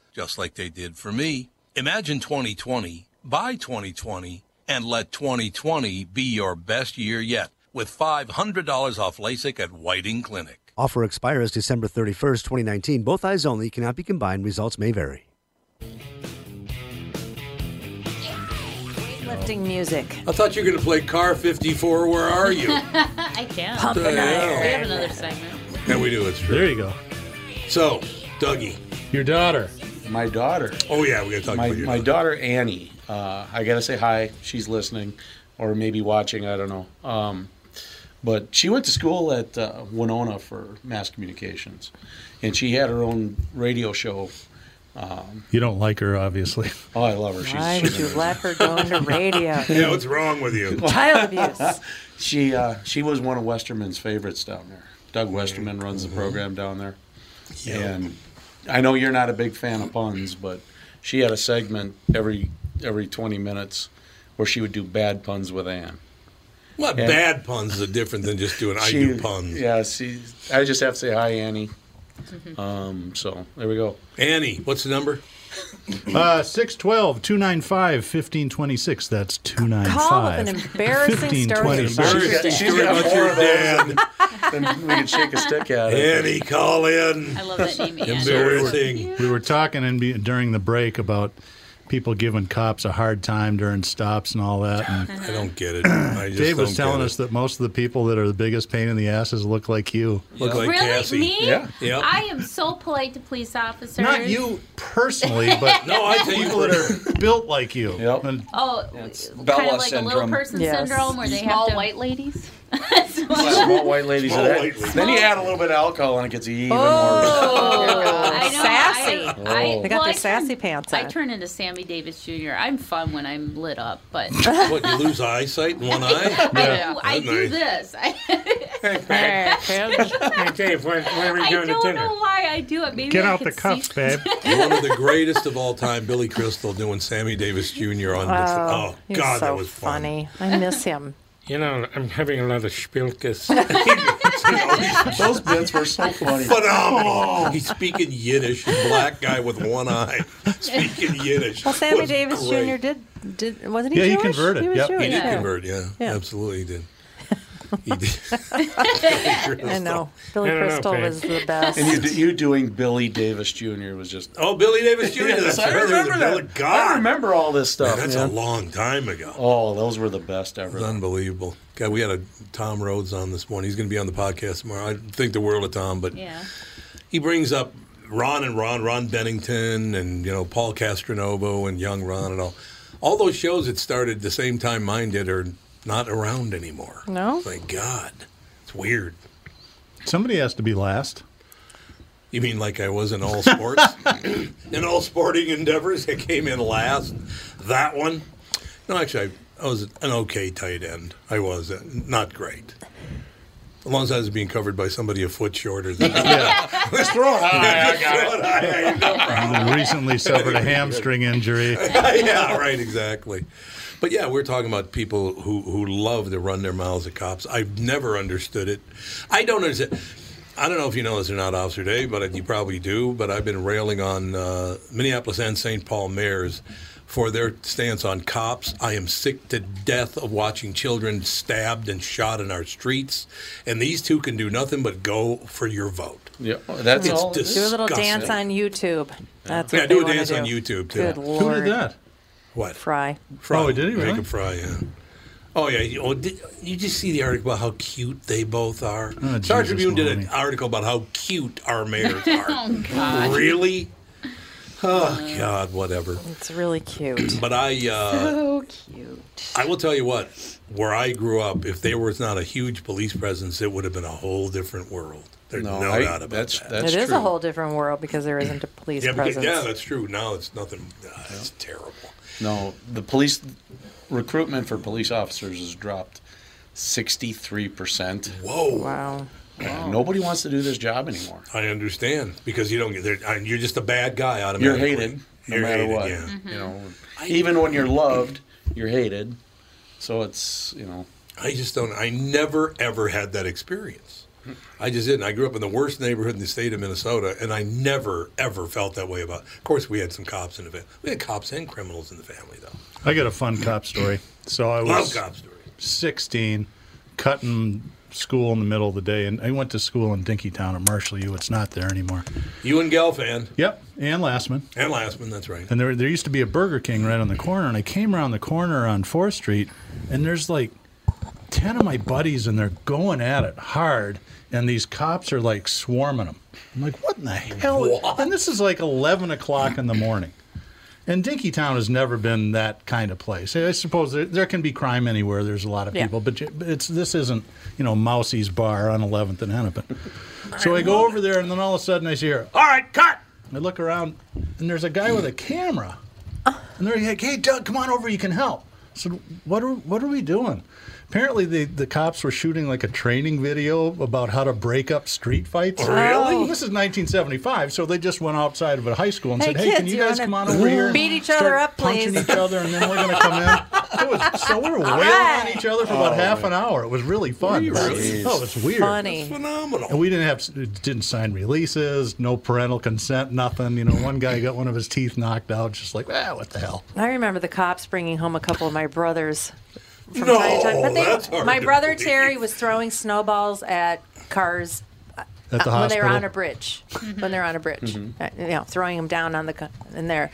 [SPEAKER 7] just like they did for me. Imagine 2020, buy 2020, and let 2020 be your best year yet with $500 off LASIK at Whiting Clinic.
[SPEAKER 11] Offer expires December 31st, 2019. Both eyes only cannot be combined. Results may vary.
[SPEAKER 5] Lifting music.
[SPEAKER 1] I thought you were going to play Car 54. Where are you?
[SPEAKER 9] I can.
[SPEAKER 1] Pumping
[SPEAKER 9] we
[SPEAKER 1] iron.
[SPEAKER 9] have another segment.
[SPEAKER 1] and we do. It's true.
[SPEAKER 2] There you go.
[SPEAKER 1] So, Dougie.
[SPEAKER 2] Your daughter.
[SPEAKER 3] My daughter.
[SPEAKER 1] Oh, yeah, we got to talk
[SPEAKER 3] my,
[SPEAKER 1] about your
[SPEAKER 3] My daughter, Annie. Uh, I got to say hi. She's listening or maybe watching. I don't know. Um, but she went to school at uh, Winona for mass communications. And she had her own radio show. Um,
[SPEAKER 2] You don't like her, obviously.
[SPEAKER 3] oh, I love her. She's,
[SPEAKER 5] Why
[SPEAKER 3] she's
[SPEAKER 5] would you
[SPEAKER 3] amazing.
[SPEAKER 5] let her go into radio?
[SPEAKER 1] wrong with you?
[SPEAKER 5] Child abuse.
[SPEAKER 3] she uh, she was one of Westerman's favorites down there. Doug Westerman runs the
[SPEAKER 1] Mm-hmm.
[SPEAKER 3] program down there, and I know you're not a big fan of puns, but she had a segment every every 20 minutes where she would do bad puns with Ann.
[SPEAKER 1] What
[SPEAKER 3] And-
[SPEAKER 1] bad puns are different than just doing I do puns?
[SPEAKER 3] Yeah, she. I just have to say hi, Annie.
[SPEAKER 9] Mm-hmm.
[SPEAKER 3] Um, so there we go.
[SPEAKER 1] Annie, what's the number?
[SPEAKER 2] Uh, 612 295 1526. That's 295.
[SPEAKER 5] Call with an embarrassing story.
[SPEAKER 2] 1526.
[SPEAKER 3] then we can shake a stick at
[SPEAKER 2] it.
[SPEAKER 1] Annie, call in.
[SPEAKER 9] I love that name. Ian.
[SPEAKER 1] Embarrassing.
[SPEAKER 2] We were talking in, be- during the break about people giving cops a hard time during stops and all that.
[SPEAKER 9] Uh-huh.
[SPEAKER 2] And
[SPEAKER 1] I don't get it. I just
[SPEAKER 2] Dave was
[SPEAKER 1] don't
[SPEAKER 2] telling
[SPEAKER 1] get
[SPEAKER 2] us that most of the people that are the biggest pain in the asses look like you.
[SPEAKER 1] Look like
[SPEAKER 9] really? Me?
[SPEAKER 2] Yeah.
[SPEAKER 9] I am so polite to police officers.
[SPEAKER 2] Not you personally, but
[SPEAKER 9] No, I tell you
[SPEAKER 2] people that are built like you. And
[SPEAKER 9] Oh, kind
[SPEAKER 2] Bella
[SPEAKER 9] of like a little
[SPEAKER 2] syndrome.
[SPEAKER 9] person
[SPEAKER 2] Yes.
[SPEAKER 9] syndrome where they
[SPEAKER 4] Small
[SPEAKER 9] have to, white ladies.
[SPEAKER 3] Small white ladies.
[SPEAKER 9] Small
[SPEAKER 3] that-
[SPEAKER 9] white ladies.
[SPEAKER 3] Then you add a little bit of alcohol and it gets even
[SPEAKER 9] Oh.
[SPEAKER 3] Oh.
[SPEAKER 9] I know,
[SPEAKER 5] Oh. sassy.
[SPEAKER 9] I,
[SPEAKER 5] they got
[SPEAKER 9] well, I
[SPEAKER 5] their sassy pants
[SPEAKER 9] I
[SPEAKER 5] on.
[SPEAKER 9] turn into Sammy Davis Jr. I'm fun when I'm lit up, but
[SPEAKER 1] it. what, you lose eyesight in one eye?
[SPEAKER 9] I, do, I do
[SPEAKER 1] Nice.
[SPEAKER 9] this. I,
[SPEAKER 12] hey, Dave, when, when are we
[SPEAKER 9] I
[SPEAKER 12] doing the
[SPEAKER 9] don't
[SPEAKER 12] dinner?
[SPEAKER 9] know why I do it. Maybe I could see-
[SPEAKER 1] One of the greatest of all time, Billy Crystal doing Sammy Davis Jr. on
[SPEAKER 5] Oh,
[SPEAKER 1] the. Oh,
[SPEAKER 5] he's
[SPEAKER 1] God,
[SPEAKER 5] so
[SPEAKER 1] that was fun.
[SPEAKER 5] funny. I miss him.
[SPEAKER 12] You know, I'm having another Spielkes.
[SPEAKER 3] Those bits were so funny.
[SPEAKER 1] Phenomenal. He's speaking Yiddish, a black guy with one eye, speaking Yiddish.
[SPEAKER 5] Well, Sammy
[SPEAKER 1] Was
[SPEAKER 5] Davis
[SPEAKER 1] great.
[SPEAKER 5] Jr. did did wasn't he?
[SPEAKER 1] Yeah, he
[SPEAKER 5] Jewish?
[SPEAKER 1] converted.
[SPEAKER 5] He was
[SPEAKER 1] Yep, he
[SPEAKER 5] Jewish.
[SPEAKER 1] did
[SPEAKER 5] yeah.
[SPEAKER 1] convert, yeah.
[SPEAKER 5] Yeah.
[SPEAKER 1] Absolutely, he did.
[SPEAKER 5] I know. Billy Crystal was the best.
[SPEAKER 3] And you, do- you doing Billy Davis Jr. was just.
[SPEAKER 1] Oh, Billy Davis Jr.
[SPEAKER 3] Yes,
[SPEAKER 1] That's
[SPEAKER 3] I
[SPEAKER 1] right. There's a
[SPEAKER 3] remember
[SPEAKER 1] Billy-
[SPEAKER 3] that.
[SPEAKER 1] God.
[SPEAKER 3] I remember all this
[SPEAKER 1] Man,
[SPEAKER 3] stuff.
[SPEAKER 1] that's
[SPEAKER 3] man.
[SPEAKER 1] a long time ago.
[SPEAKER 3] Oh, those were the best ever.
[SPEAKER 1] It's unbelievable. God, we had a Tom Rhodes on this morning. He's going to be on the podcast tomorrow. I think the world of Tom, but
[SPEAKER 9] Yeah.
[SPEAKER 1] he brings up Ron and Ron, Ron Bennington, and you know Paul Castronovo and Young Ron and all. All those shows that started the same time mine did are not around anymore.
[SPEAKER 5] No.
[SPEAKER 1] Thank God. It's weird.
[SPEAKER 2] Somebody has to be last.
[SPEAKER 1] You mean like I was in all sports? in all sporting endeavors, I came in last. That one? No, actually, I, I was an okay tight end. I was. uh, Not great. As long as I was being covered by somebody a foot shorter than me. Let's throw it high. Oh, I got it.
[SPEAKER 2] You recently suffered a hamstring injury.
[SPEAKER 1] yeah, right, exactly. But yeah, we're talking about people who, who love to run their mouths at cops. I've never understood it. I don't understand. I don't know if you know this or not, Officer Dave, but you probably do. But I've been railing on uh, Minneapolis and St. Paul mayors for their stance on cops. I am sick to death of watching children stabbed and shot in our streets, and these two can do nothing but go for your vote.
[SPEAKER 3] Yeah, that's
[SPEAKER 1] it's
[SPEAKER 3] all.
[SPEAKER 5] do a little dance
[SPEAKER 1] disgusting.
[SPEAKER 5] on YouTube. That's
[SPEAKER 1] Yeah,
[SPEAKER 5] what
[SPEAKER 1] do
[SPEAKER 5] they
[SPEAKER 1] a
[SPEAKER 5] wanna
[SPEAKER 1] dance
[SPEAKER 5] do.
[SPEAKER 1] on YouTube, too.
[SPEAKER 5] Good
[SPEAKER 1] Who did
[SPEAKER 5] lord.
[SPEAKER 1] that? What?
[SPEAKER 5] Fry.
[SPEAKER 1] Fry.
[SPEAKER 2] Oh, did he really?
[SPEAKER 1] Jacob Fry, yeah. Oh yeah. You, oh, did, you just see the article about how cute they both are.
[SPEAKER 2] Oh,
[SPEAKER 1] Star
[SPEAKER 2] Jesus,
[SPEAKER 1] Tribune did an article about how cute our mayors are.
[SPEAKER 9] Oh, God.
[SPEAKER 1] Really? Oh God, whatever.
[SPEAKER 5] It's really cute.
[SPEAKER 1] But I, uh,
[SPEAKER 5] so cute.
[SPEAKER 1] I will tell you what. Where I grew up, if there was not a huge police presence, it would have been a whole different world. There's no,
[SPEAKER 3] No, I-
[SPEAKER 1] doubt about
[SPEAKER 3] that's-
[SPEAKER 1] that.
[SPEAKER 5] it is a whole different world because there isn't a police
[SPEAKER 1] yeah, because-
[SPEAKER 5] presence.
[SPEAKER 1] yeah, that's true. Now it's nothing. Uh, It's terrible.
[SPEAKER 3] No, the police recruitment for police officers has dropped 63%.
[SPEAKER 1] Whoa.
[SPEAKER 5] Wow.
[SPEAKER 3] Yeah, nobody wants to do this job anymore.
[SPEAKER 1] I understand because you don't get there. and You're just a bad guy automatically.
[SPEAKER 3] You're hated no
[SPEAKER 1] You're
[SPEAKER 3] matter
[SPEAKER 1] hated,
[SPEAKER 3] what.
[SPEAKER 1] yeah.
[SPEAKER 5] Mm-hmm.
[SPEAKER 3] You know, even when you're loved, you're hated. So it's, you know,
[SPEAKER 1] I just don't. I never ever had that experience. I just didn't. I grew up in the worst neighborhood in the state of Minnesota, and I never ever felt that way about. Of course, we had some cops in the family. We had cops and criminals in the family, though.
[SPEAKER 2] I got a fun cop story. So I
[SPEAKER 1] Love
[SPEAKER 2] was
[SPEAKER 1] cop
[SPEAKER 2] 16, cutting school in the middle of the day. And I went to school in Dinkytown at Marshall U. It's not there anymore.
[SPEAKER 1] You and Gelfand
[SPEAKER 2] Yep. And Lastman.
[SPEAKER 1] and Lastman. That's right.
[SPEAKER 2] And there, there used to be a Burger King right on the corner. And I came around the corner on 4th Street, and there's like 10 of my buddies, and they're going at it hard. And these cops are like swarming them. I'm like, what in the hell? And this is like 11 o'clock in the morning. And Dinky Town has never been that kind of place. I suppose there, there can be crime anywhere. There's a lot of
[SPEAKER 13] Yeah.
[SPEAKER 2] people, but you- but it's this isn't you know Mousie's bar on 11th and Hennepin. So I go over there, and then all of a sudden I hear, "All right, cut!" I look around, and there's a guy with a camera, and they're like, "Hey, Doug, come on over. You can help." I said, "What are what are we doing?" Apparently, the, the cops were shooting like a training video about how to break up street fights.
[SPEAKER 13] Really?
[SPEAKER 2] This is 1975, so they just went outside of a high school and
[SPEAKER 5] Hey,
[SPEAKER 2] said, "Hey,
[SPEAKER 5] kids,
[SPEAKER 2] can you,
[SPEAKER 5] you
[SPEAKER 2] guys
[SPEAKER 5] wanna
[SPEAKER 2] come on over here?" and
[SPEAKER 5] beat each other
[SPEAKER 2] start
[SPEAKER 5] up, please?"
[SPEAKER 2] Punching each other, and then we're going to come in. It was, so we were wailing on each other for about
[SPEAKER 13] Oh,
[SPEAKER 2] half an hour. It was really fun.
[SPEAKER 13] really?
[SPEAKER 2] Oh, it's weird.
[SPEAKER 5] Funny.
[SPEAKER 1] phenomenal.
[SPEAKER 2] And we didn't have didn't sign releases, no parental consent, nothing. You know, one guy got one of his teeth knocked out, just like, ah, what the hell?
[SPEAKER 5] I remember the cops bringing home a couple of my brothers from
[SPEAKER 2] No,
[SPEAKER 5] time to time. But they,
[SPEAKER 2] that's hard
[SPEAKER 5] my
[SPEAKER 2] to
[SPEAKER 5] brother
[SPEAKER 2] believe.
[SPEAKER 5] Terry was throwing snowballs at cars uh,
[SPEAKER 2] At the
[SPEAKER 5] when they were
[SPEAKER 2] hospital?
[SPEAKER 5] on a bridge. When they're on a bridge,
[SPEAKER 2] Mhm.
[SPEAKER 5] Uh, you know, throwing them down on the co- in there.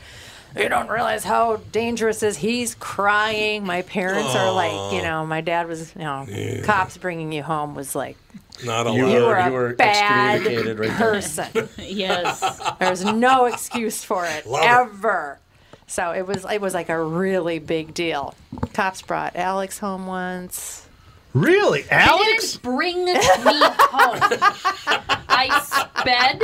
[SPEAKER 5] You don't realize how dangerous this. He's crying. My parents are like, you
[SPEAKER 1] Aw.
[SPEAKER 5] know, my dad was, you know,
[SPEAKER 1] Yeah.
[SPEAKER 5] cops bringing you home was like,
[SPEAKER 1] Not allowed.
[SPEAKER 3] You
[SPEAKER 5] you were,
[SPEAKER 3] you were
[SPEAKER 5] a bad
[SPEAKER 3] excommunicated right there.
[SPEAKER 5] person.
[SPEAKER 9] yes.
[SPEAKER 5] There's no excuse for it
[SPEAKER 3] Love it.
[SPEAKER 5] ever. So it was it was like a really big deal. Cops brought Alex home once.
[SPEAKER 2] Really,
[SPEAKER 9] Alex? Bring me home. I sped.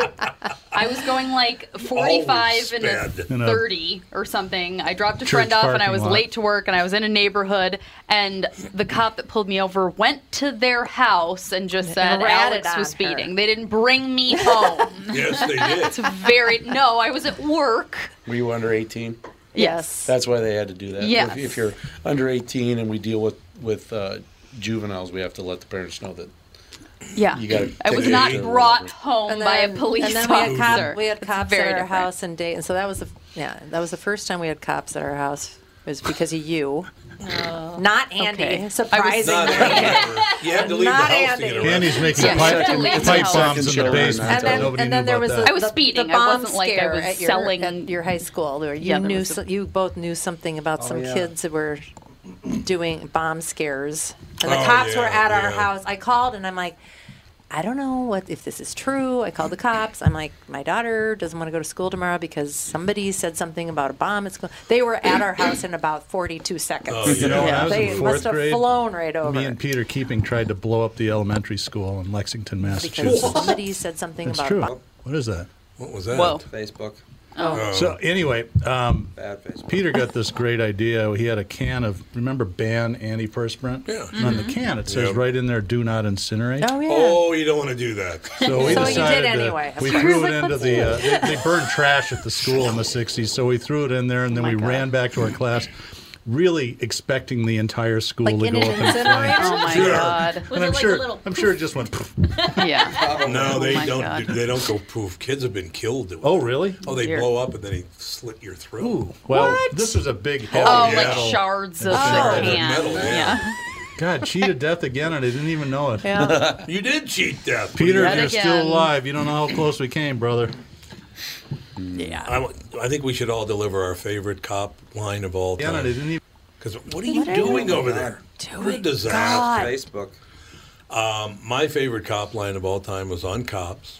[SPEAKER 9] I was going like 45 and a
[SPEAKER 2] sped. In a
[SPEAKER 9] 30 or something. I dropped a
[SPEAKER 2] church
[SPEAKER 9] friend off and I
[SPEAKER 2] parking
[SPEAKER 9] was
[SPEAKER 2] lot.
[SPEAKER 9] late to work and I was in a neighborhood and the cop that pulled me over went to their house and just said
[SPEAKER 5] And
[SPEAKER 9] Alex
[SPEAKER 5] ratted
[SPEAKER 9] was
[SPEAKER 5] on her.
[SPEAKER 9] speeding. They didn't bring me home.
[SPEAKER 3] Yes, they did.
[SPEAKER 9] It's very no, I was at work.
[SPEAKER 3] Were you under 18?
[SPEAKER 9] Yes.
[SPEAKER 3] That's why they had to do that.
[SPEAKER 9] Yes.
[SPEAKER 3] If, if you're under 18 and we deal with, with uh, juveniles, we have to let the parents know that
[SPEAKER 9] Yeah.
[SPEAKER 3] you got to.
[SPEAKER 9] I was not brought home by a police
[SPEAKER 5] and then
[SPEAKER 9] officer.
[SPEAKER 5] We had, cop, we had
[SPEAKER 9] It's
[SPEAKER 5] cops at
[SPEAKER 9] very
[SPEAKER 5] our
[SPEAKER 9] different.
[SPEAKER 5] house in Dayton. So that was the yeah, that was the first time we had cops at our house. It was because of you. Not Andy,
[SPEAKER 9] Oh. okay.
[SPEAKER 5] surprisingly.
[SPEAKER 1] Not Andy. You have to leave
[SPEAKER 5] Not
[SPEAKER 1] the house
[SPEAKER 5] Andy.
[SPEAKER 1] to get arrested.
[SPEAKER 2] Andy's making
[SPEAKER 9] Yes,
[SPEAKER 2] pipe,
[SPEAKER 9] second-
[SPEAKER 2] pipe
[SPEAKER 9] second
[SPEAKER 2] bombs in the
[SPEAKER 3] children,
[SPEAKER 2] basement.
[SPEAKER 3] and then-
[SPEAKER 2] Nobody
[SPEAKER 5] and
[SPEAKER 2] knew
[SPEAKER 5] then there
[SPEAKER 2] about
[SPEAKER 5] was
[SPEAKER 2] that.
[SPEAKER 5] the,
[SPEAKER 9] I was
[SPEAKER 5] the-
[SPEAKER 9] speeding.
[SPEAKER 5] The
[SPEAKER 9] I
[SPEAKER 5] bomb
[SPEAKER 9] wasn't like I
[SPEAKER 5] scare
[SPEAKER 9] was
[SPEAKER 5] at your,
[SPEAKER 9] selling-
[SPEAKER 5] at your high school. Where you
[SPEAKER 9] Yeah, there
[SPEAKER 5] knew
[SPEAKER 9] was a-
[SPEAKER 5] so- you both knew something about
[SPEAKER 9] Oh,
[SPEAKER 5] some
[SPEAKER 9] yeah.
[SPEAKER 5] kids that were doing bomb scares, and the
[SPEAKER 9] Oh,
[SPEAKER 5] cops were
[SPEAKER 9] yeah,
[SPEAKER 5] at
[SPEAKER 9] yeah.
[SPEAKER 5] our house. I called and I'm like. I don't know what if this is true. I called the cops. I'm like, my daughter doesn't want to go to school tomorrow because somebody said something about a bomb at school. They were at our house in about 42 seconds.
[SPEAKER 2] Oh, you know, when I was
[SPEAKER 5] they
[SPEAKER 2] in
[SPEAKER 5] must
[SPEAKER 2] fourth
[SPEAKER 5] have
[SPEAKER 2] grade,
[SPEAKER 5] flown right over
[SPEAKER 2] Me and Peter Keeping tried to blow up the elementary school in Lexington,
[SPEAKER 5] because
[SPEAKER 2] Massachusetts.
[SPEAKER 5] somebody said something
[SPEAKER 2] It's
[SPEAKER 5] about
[SPEAKER 2] true.
[SPEAKER 5] bomb.
[SPEAKER 2] What is that?
[SPEAKER 1] What was
[SPEAKER 3] that? Whoa.
[SPEAKER 6] Facebook.
[SPEAKER 5] Oh.
[SPEAKER 2] So anyway, um, Peter got this great idea. He had a can of remember Ban antiperspirant. Yeah. And on the can it says
[SPEAKER 1] Yep.
[SPEAKER 2] right in there, "Do not incinerate."
[SPEAKER 5] Mm-hmm. Oh, yeah.
[SPEAKER 1] Oh, you don't want to do that.
[SPEAKER 2] So we decided to- we threw it into the. Uh,
[SPEAKER 1] What's
[SPEAKER 2] they, they burned trash at the school in the '60s, so we threw it in there,
[SPEAKER 5] Oh
[SPEAKER 2] and then we ran back to our class, really expecting the entire school to
[SPEAKER 5] in an
[SPEAKER 2] go up in flames.
[SPEAKER 5] incinerator? Oh, my
[SPEAKER 2] Sure.
[SPEAKER 5] God.
[SPEAKER 2] And
[SPEAKER 5] Was
[SPEAKER 2] I'm
[SPEAKER 5] it like
[SPEAKER 2] sure.
[SPEAKER 5] a little
[SPEAKER 2] I'm sure it just went. poof.
[SPEAKER 9] Yeah.
[SPEAKER 1] No,
[SPEAKER 2] Oh
[SPEAKER 1] they
[SPEAKER 2] my
[SPEAKER 1] don't.
[SPEAKER 2] God.
[SPEAKER 1] They don't go poof. Kids have been killed. doing
[SPEAKER 2] Oh,
[SPEAKER 1] that.
[SPEAKER 2] really?
[SPEAKER 1] Oh, they
[SPEAKER 2] Dear.
[SPEAKER 1] blow up and then they slit your throat.
[SPEAKER 2] Well, this was a big. heavy
[SPEAKER 9] Oh, like
[SPEAKER 2] metal
[SPEAKER 9] shards of the
[SPEAKER 2] incinerate.
[SPEAKER 9] can. yeah.
[SPEAKER 2] God, cheated death again, and I didn't even know it.
[SPEAKER 9] Yeah.
[SPEAKER 1] You did cheat death.
[SPEAKER 2] Peter, if
[SPEAKER 9] Yet
[SPEAKER 2] you're still
[SPEAKER 9] again.
[SPEAKER 2] alive, you don't know how close we came, brother.
[SPEAKER 1] Yeah. I, want- I think we should all deliver our favorite cop line of all
[SPEAKER 2] Yeah,
[SPEAKER 1] time.
[SPEAKER 2] and I didn't even-
[SPEAKER 1] Because what are you doing over there? You're a disaster.
[SPEAKER 6] Facebook.
[SPEAKER 1] Um, my favorite cop line of all time was on Cops.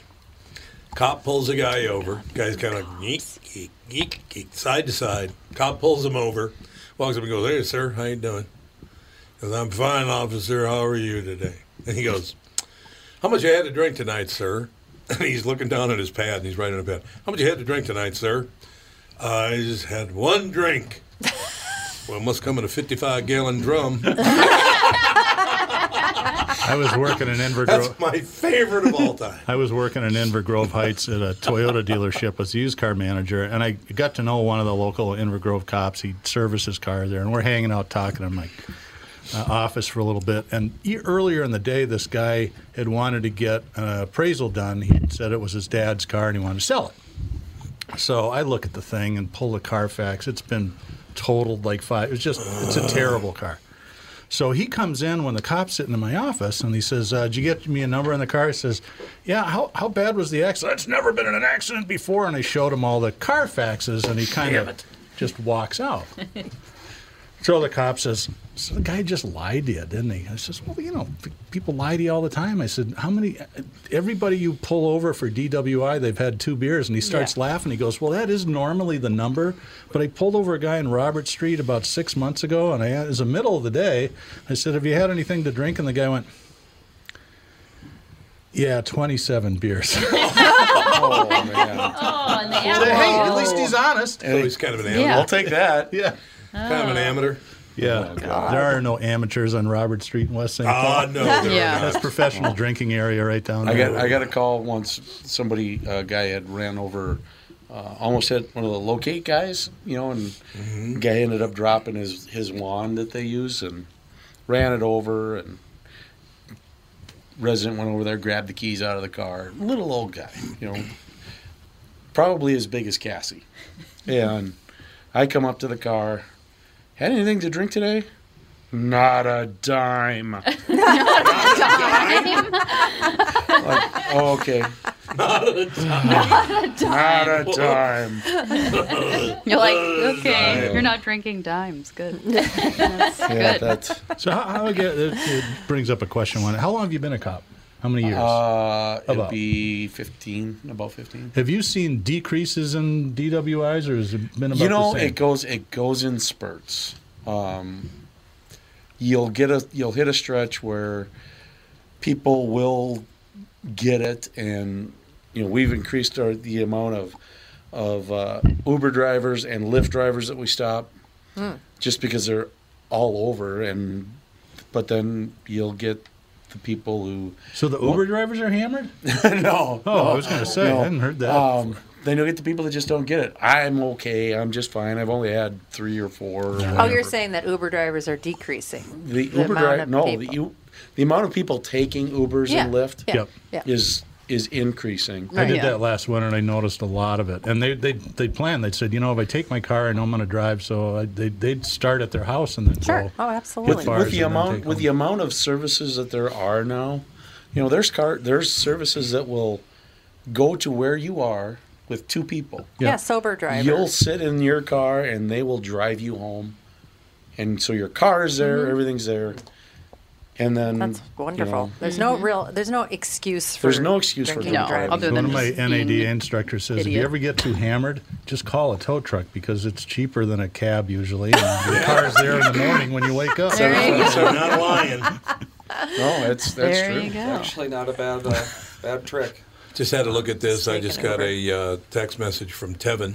[SPEAKER 1] Cop pulls a guy over. Guy's kind of geek, geek, geek, geek, side to side. Cop pulls him over, walks up and goes, "Hey, sir, how you doing?" He goes, "I'm fine, officer. How are you today?" And he goes, "How much you had to drink tonight, sir?" And he's looking down at his pad and he's writing on a pad. "How much you had to drink tonight, sir?" I just had one drink. well, it must come in a 55 gallon drum.
[SPEAKER 2] I was working in Denver.
[SPEAKER 1] That's my favorite of all time.
[SPEAKER 2] I was working in Inver Grove Heights at a Toyota dealership as a used car manager, and I got to know one of the local Inver Grove cops. He serviced his car there, and we're hanging out talking in my uh, office for a little bit. And e earlier in the day, this guy had wanted to get an appraisal done. He said it was his dad's car, and he wanted to sell it. So I look at the thing and pull the Carfax. It's been totaled like five. It's just it's a terrible car. So he comes in when the cop's sitting in my office and he says, uh, Did you get me a number in the car? He says, Yeah, how, how bad was the accident? It's never been an accident before. And I showed him all the Carfaxes and he kind
[SPEAKER 13] Damn
[SPEAKER 2] of just walks out.
[SPEAKER 1] Oh,
[SPEAKER 2] So the cop says, So the guy just lied to you, didn't he? I says, Well, you know, p- people lie to you all the time. I said, How many, everybody you pull over for DWI, they've had two beers. And he starts
[SPEAKER 13] Yeah.
[SPEAKER 2] laughing. He goes, Well, that is normally the number. But I pulled over a guy in Robert Street about six months ago, and I, it was the middle of the day. I said, Have you had anything to drink? And the guy went, Yeah, 27 beers.
[SPEAKER 9] Oh, and the
[SPEAKER 13] Well, they- hey, at least
[SPEAKER 9] he's
[SPEAKER 2] honest.
[SPEAKER 1] So he's kind of an
[SPEAKER 9] Yeah.
[SPEAKER 1] amateur.
[SPEAKER 9] I'll take
[SPEAKER 2] that. Yeah.
[SPEAKER 1] Kind of an amateur.
[SPEAKER 2] Yeah, there are no amateurs on Robert Street in West St. Paul.
[SPEAKER 1] Oh, Ah, no, there are Yeah. not. Oh.
[SPEAKER 2] that's professional drinking area right down
[SPEAKER 3] I
[SPEAKER 2] there.
[SPEAKER 3] got I got a call once. Somebody a guy had ran over, uh, almost hit one of the locate guys, you know, and guy ended up dropping his his wand that they use and ran it over, and resident went over there, grabbed the keys out of the car. Little old guy, you know, probably as big as Cassie, and I come up to the car. Had anything to drink today? Not a dime. like, okay. Uh,
[SPEAKER 13] Not a
[SPEAKER 4] Not a
[SPEAKER 3] Not a
[SPEAKER 4] dime.
[SPEAKER 3] dime.
[SPEAKER 4] You're like,
[SPEAKER 3] Dime.
[SPEAKER 4] okay, you're not drinking dimes. Good. That's good.
[SPEAKER 2] so. How, how again, it, it brings up a question. One, how long have you been a cop? How many years?
[SPEAKER 3] Uh, it'd
[SPEAKER 2] About.
[SPEAKER 3] be 15, about 15.
[SPEAKER 2] have you seen decreases in DWIs, or has it been about
[SPEAKER 3] you know
[SPEAKER 2] the same?
[SPEAKER 3] it goes it goes in spurts um, you'll get a you'll hit a stretch where people will get it and you know we've increased our the amount of of uh, uber drivers and lyft drivers that we stop
[SPEAKER 13] Hmm.
[SPEAKER 3] just because they're all over and but then you'll get the people who
[SPEAKER 2] so the Uber drivers are hammered.
[SPEAKER 3] no.
[SPEAKER 2] Oh, I was gonna say, I hadn't heard that
[SPEAKER 3] Um, then you'll get the people that just don't get it. I'm okay. I'm just fine. I've only had three or four. Or
[SPEAKER 5] Oh, you're
[SPEAKER 3] whatever.
[SPEAKER 5] saying that Uber drivers are decreasing.
[SPEAKER 3] the, Uber
[SPEAKER 5] amount
[SPEAKER 3] driver?
[SPEAKER 5] of
[SPEAKER 3] No,
[SPEAKER 5] people.
[SPEAKER 3] the, U- the amount of people taking Ubers
[SPEAKER 5] Yeah,
[SPEAKER 3] and Lyft
[SPEAKER 5] yeah, Yep. yeah.
[SPEAKER 3] is is increasing.
[SPEAKER 2] I did that last winter, and I noticed a lot of it. And they they they planned. They said, you know, if I take my car, I know I'm going to drive. So I, they they'd start at their house and then go.
[SPEAKER 5] Oh,
[SPEAKER 3] With,
[SPEAKER 2] bars
[SPEAKER 3] with the
[SPEAKER 2] and then
[SPEAKER 3] amount
[SPEAKER 2] take
[SPEAKER 3] with the amount of services that there are now, you know, there's car there's services that will go to where you are with two people.
[SPEAKER 5] Yeah, Yeah, sober driver.
[SPEAKER 3] You'll sit in your car and they will drive you home, and so your car is there,
[SPEAKER 5] Mhm.
[SPEAKER 3] everything's there, and then
[SPEAKER 5] That's wonderful.
[SPEAKER 3] You know,
[SPEAKER 5] There's no real. There's no excuse for.
[SPEAKER 3] There's no excuse for
[SPEAKER 5] drinking
[SPEAKER 3] drunk
[SPEAKER 5] and driving.
[SPEAKER 3] driving.
[SPEAKER 2] One of my NAD instructor says, if you
[SPEAKER 5] idiot.
[SPEAKER 2] ever get too hammered, just call a tow truck because it's cheaper than a cab usually. And your car's there in the morning when you wake up.
[SPEAKER 3] There you go.
[SPEAKER 1] Not lying.
[SPEAKER 3] No, it's
[SPEAKER 1] that's
[SPEAKER 6] There
[SPEAKER 1] true.
[SPEAKER 6] you go. Actually, not a bad uh, bad trick.
[SPEAKER 1] Just had to look at this. I just
[SPEAKER 6] Taking
[SPEAKER 1] got
[SPEAKER 6] over.
[SPEAKER 1] a uh, text message from Tevin,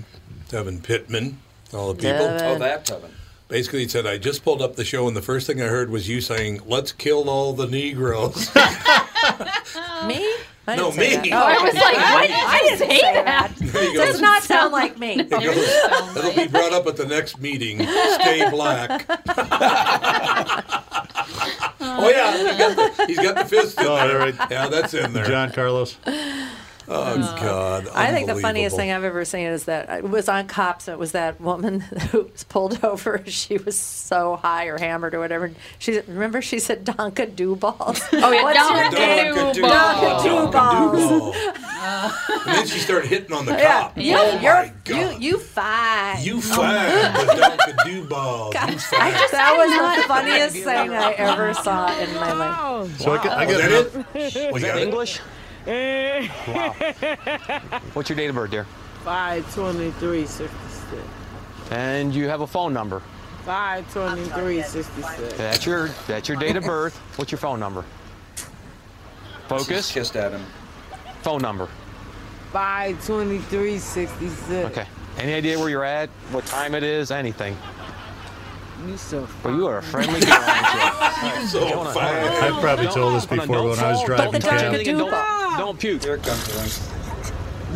[SPEAKER 1] Tevin Pittman, all the people.
[SPEAKER 6] Tevin. Oh, that Tevin.
[SPEAKER 1] Basically, he said, I just pulled up the show, and the first thing I heard was you saying, Let's kill all the Negroes.
[SPEAKER 5] Me? I
[SPEAKER 1] No,
[SPEAKER 5] didn't say
[SPEAKER 1] me.
[SPEAKER 5] that.
[SPEAKER 1] Oh, I was like,
[SPEAKER 5] I
[SPEAKER 1] what?
[SPEAKER 5] didn't-
[SPEAKER 1] I
[SPEAKER 5] I didn't
[SPEAKER 1] didn't
[SPEAKER 5] say
[SPEAKER 1] say
[SPEAKER 5] that.
[SPEAKER 1] There you go.
[SPEAKER 5] Does not sound like me.
[SPEAKER 1] It goes, it'll be brought up at the next meeting. Stay black. oh, yeah. He's got the, he's got the fist in there. Yeah, that's in there.
[SPEAKER 2] John Carlos.
[SPEAKER 1] Oh, God.
[SPEAKER 5] I think the funniest
[SPEAKER 1] unbelievable.
[SPEAKER 5] thing I've ever seen is that uh, it was on cops. and It was that woman who was pulled over. She was so high or hammered or whatever. She said- remember she said Donka Dew balls.
[SPEAKER 9] Oh, yeah,
[SPEAKER 5] What's your
[SPEAKER 9] Donka
[SPEAKER 5] name?
[SPEAKER 9] Dew
[SPEAKER 5] Donka
[SPEAKER 9] balls.
[SPEAKER 5] Dew balls.
[SPEAKER 1] And then she started hitting on the
[SPEAKER 5] Yeah,
[SPEAKER 1] cop.
[SPEAKER 5] you,
[SPEAKER 1] Oh, my
[SPEAKER 5] you're, you, you fine.
[SPEAKER 1] You fired the Dunkin' Do balls. You
[SPEAKER 5] I
[SPEAKER 1] fired.
[SPEAKER 5] just- that was the funniest thing I ever saw in my life.
[SPEAKER 2] So I, got, I got
[SPEAKER 1] Was
[SPEAKER 2] another-
[SPEAKER 1] that it? Was that it?
[SPEAKER 14] English? wow.
[SPEAKER 15] What's your date of birth, dear?
[SPEAKER 14] 52366.
[SPEAKER 15] And you have a phone number.
[SPEAKER 14] 52366.
[SPEAKER 15] That's your that's your date of birth. What's your phone number? Focus.
[SPEAKER 6] kissed at him.
[SPEAKER 15] Phone number.
[SPEAKER 14] 52366.
[SPEAKER 15] Okay. Any idea where you're at? What time it is? Anything?
[SPEAKER 14] You so.
[SPEAKER 15] Well, you are a friendly girl. aren't you?
[SPEAKER 2] So
[SPEAKER 15] Hold on.
[SPEAKER 2] fine. I've probably
[SPEAKER 15] Don't-
[SPEAKER 2] told this
[SPEAKER 15] hold on,
[SPEAKER 2] before
[SPEAKER 15] don't
[SPEAKER 2] when I was
[SPEAKER 15] fall-
[SPEAKER 2] driving
[SPEAKER 15] don't
[SPEAKER 2] cab.
[SPEAKER 15] touch anything and Don't, don't puke. Here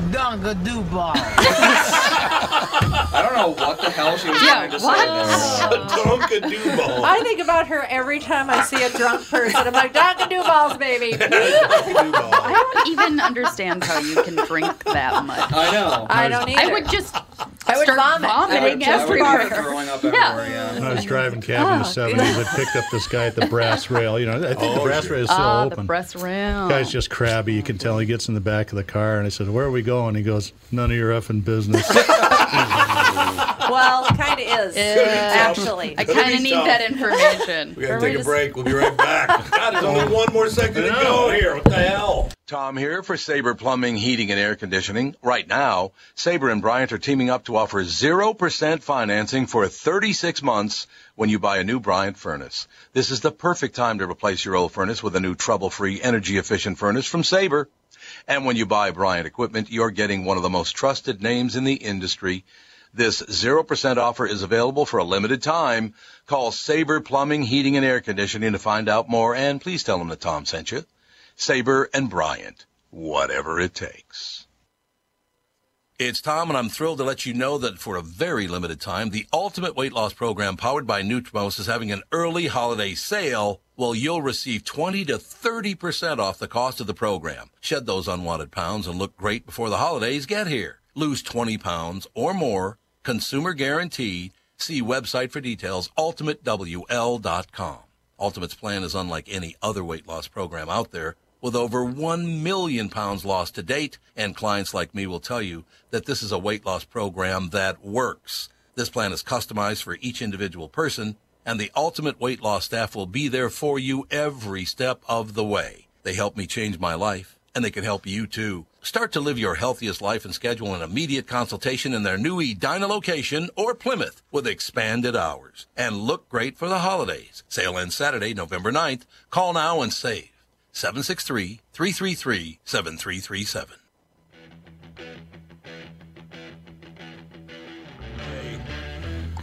[SPEAKER 16] Dungadoo
[SPEAKER 6] I don't know what the hell she was trying to say.
[SPEAKER 5] I think about her every time I see a drunk person. I'm like, Dunkin' Dooballs, baby.
[SPEAKER 4] I don't even understand how you can drink that much.
[SPEAKER 6] I know.
[SPEAKER 4] I don't either.
[SPEAKER 9] I would just
[SPEAKER 4] I would
[SPEAKER 9] start
[SPEAKER 4] vomit.
[SPEAKER 9] vomiting
[SPEAKER 4] I would- I
[SPEAKER 9] everywhere.
[SPEAKER 4] would be throwing
[SPEAKER 6] up
[SPEAKER 9] yeah.
[SPEAKER 2] When I was driving cab in the
[SPEAKER 4] Ah.
[SPEAKER 2] 70s, I picked up this guy at the brass rail. You know, I think the
[SPEAKER 5] Oh,
[SPEAKER 2] brass rail is still
[SPEAKER 4] Ah,
[SPEAKER 2] open.
[SPEAKER 4] the breast round.
[SPEAKER 2] Guy's just crabby. You can tell he gets in the back of the car, and I said, "Where are we going?" He goes, "None of your effing business."
[SPEAKER 5] Well, kind of is, actually.
[SPEAKER 9] I kind of need that information.
[SPEAKER 13] We gotta take a break. We'll be right back. God, there's only one more second to go here. What the hell?
[SPEAKER 1] Tom here for Sabre Plumbing, Heating, and Air Conditioning. Right now, Sabre and Bryant are teaming up to offer 0% financing for 36 months when you buy a new Bryant furnace. This is the perfect time to replace your old furnace with a new trouble free, energy efficient furnace from Sabre. And when you buy Bryant equipment, you're getting one of the most trusted names in the industry. This 0% offer is available for a limited time. Call Sabre Plumbing, Heating, and Air Conditioning to find out more, and please tell them that Tom sent you. Saber and Bryant, whatever it takes. It's Tom, and I'm thrilled to let you know that for a very limited time, the Ultimate Weight Loss Program powered by Nutrimos is having an early holiday sale. Well, you'll receive 20 to 30% off the cost of the program. Shed those unwanted pounds and look great before the holidays get here. Lose 20 pounds or more. Consumer guaranteed. See website for details, ultimatewl.com. Ultimate's plan is unlike any other weight loss program out there, with over 1 million pounds lost to date. And clients like me will tell you that this is a weight loss program that works. This plan is customized for each individual person, and the Ultimate Weight Loss staff will be there for you every step of the way. They helped me change my life, and they can help you too. Start to live your healthiest life and schedule an immediate consultation in their new Edina location or Plymouth with expanded hours. And look great for the holidays. Sale ends Saturday, November 9th. Call now and save. 763 333 7337.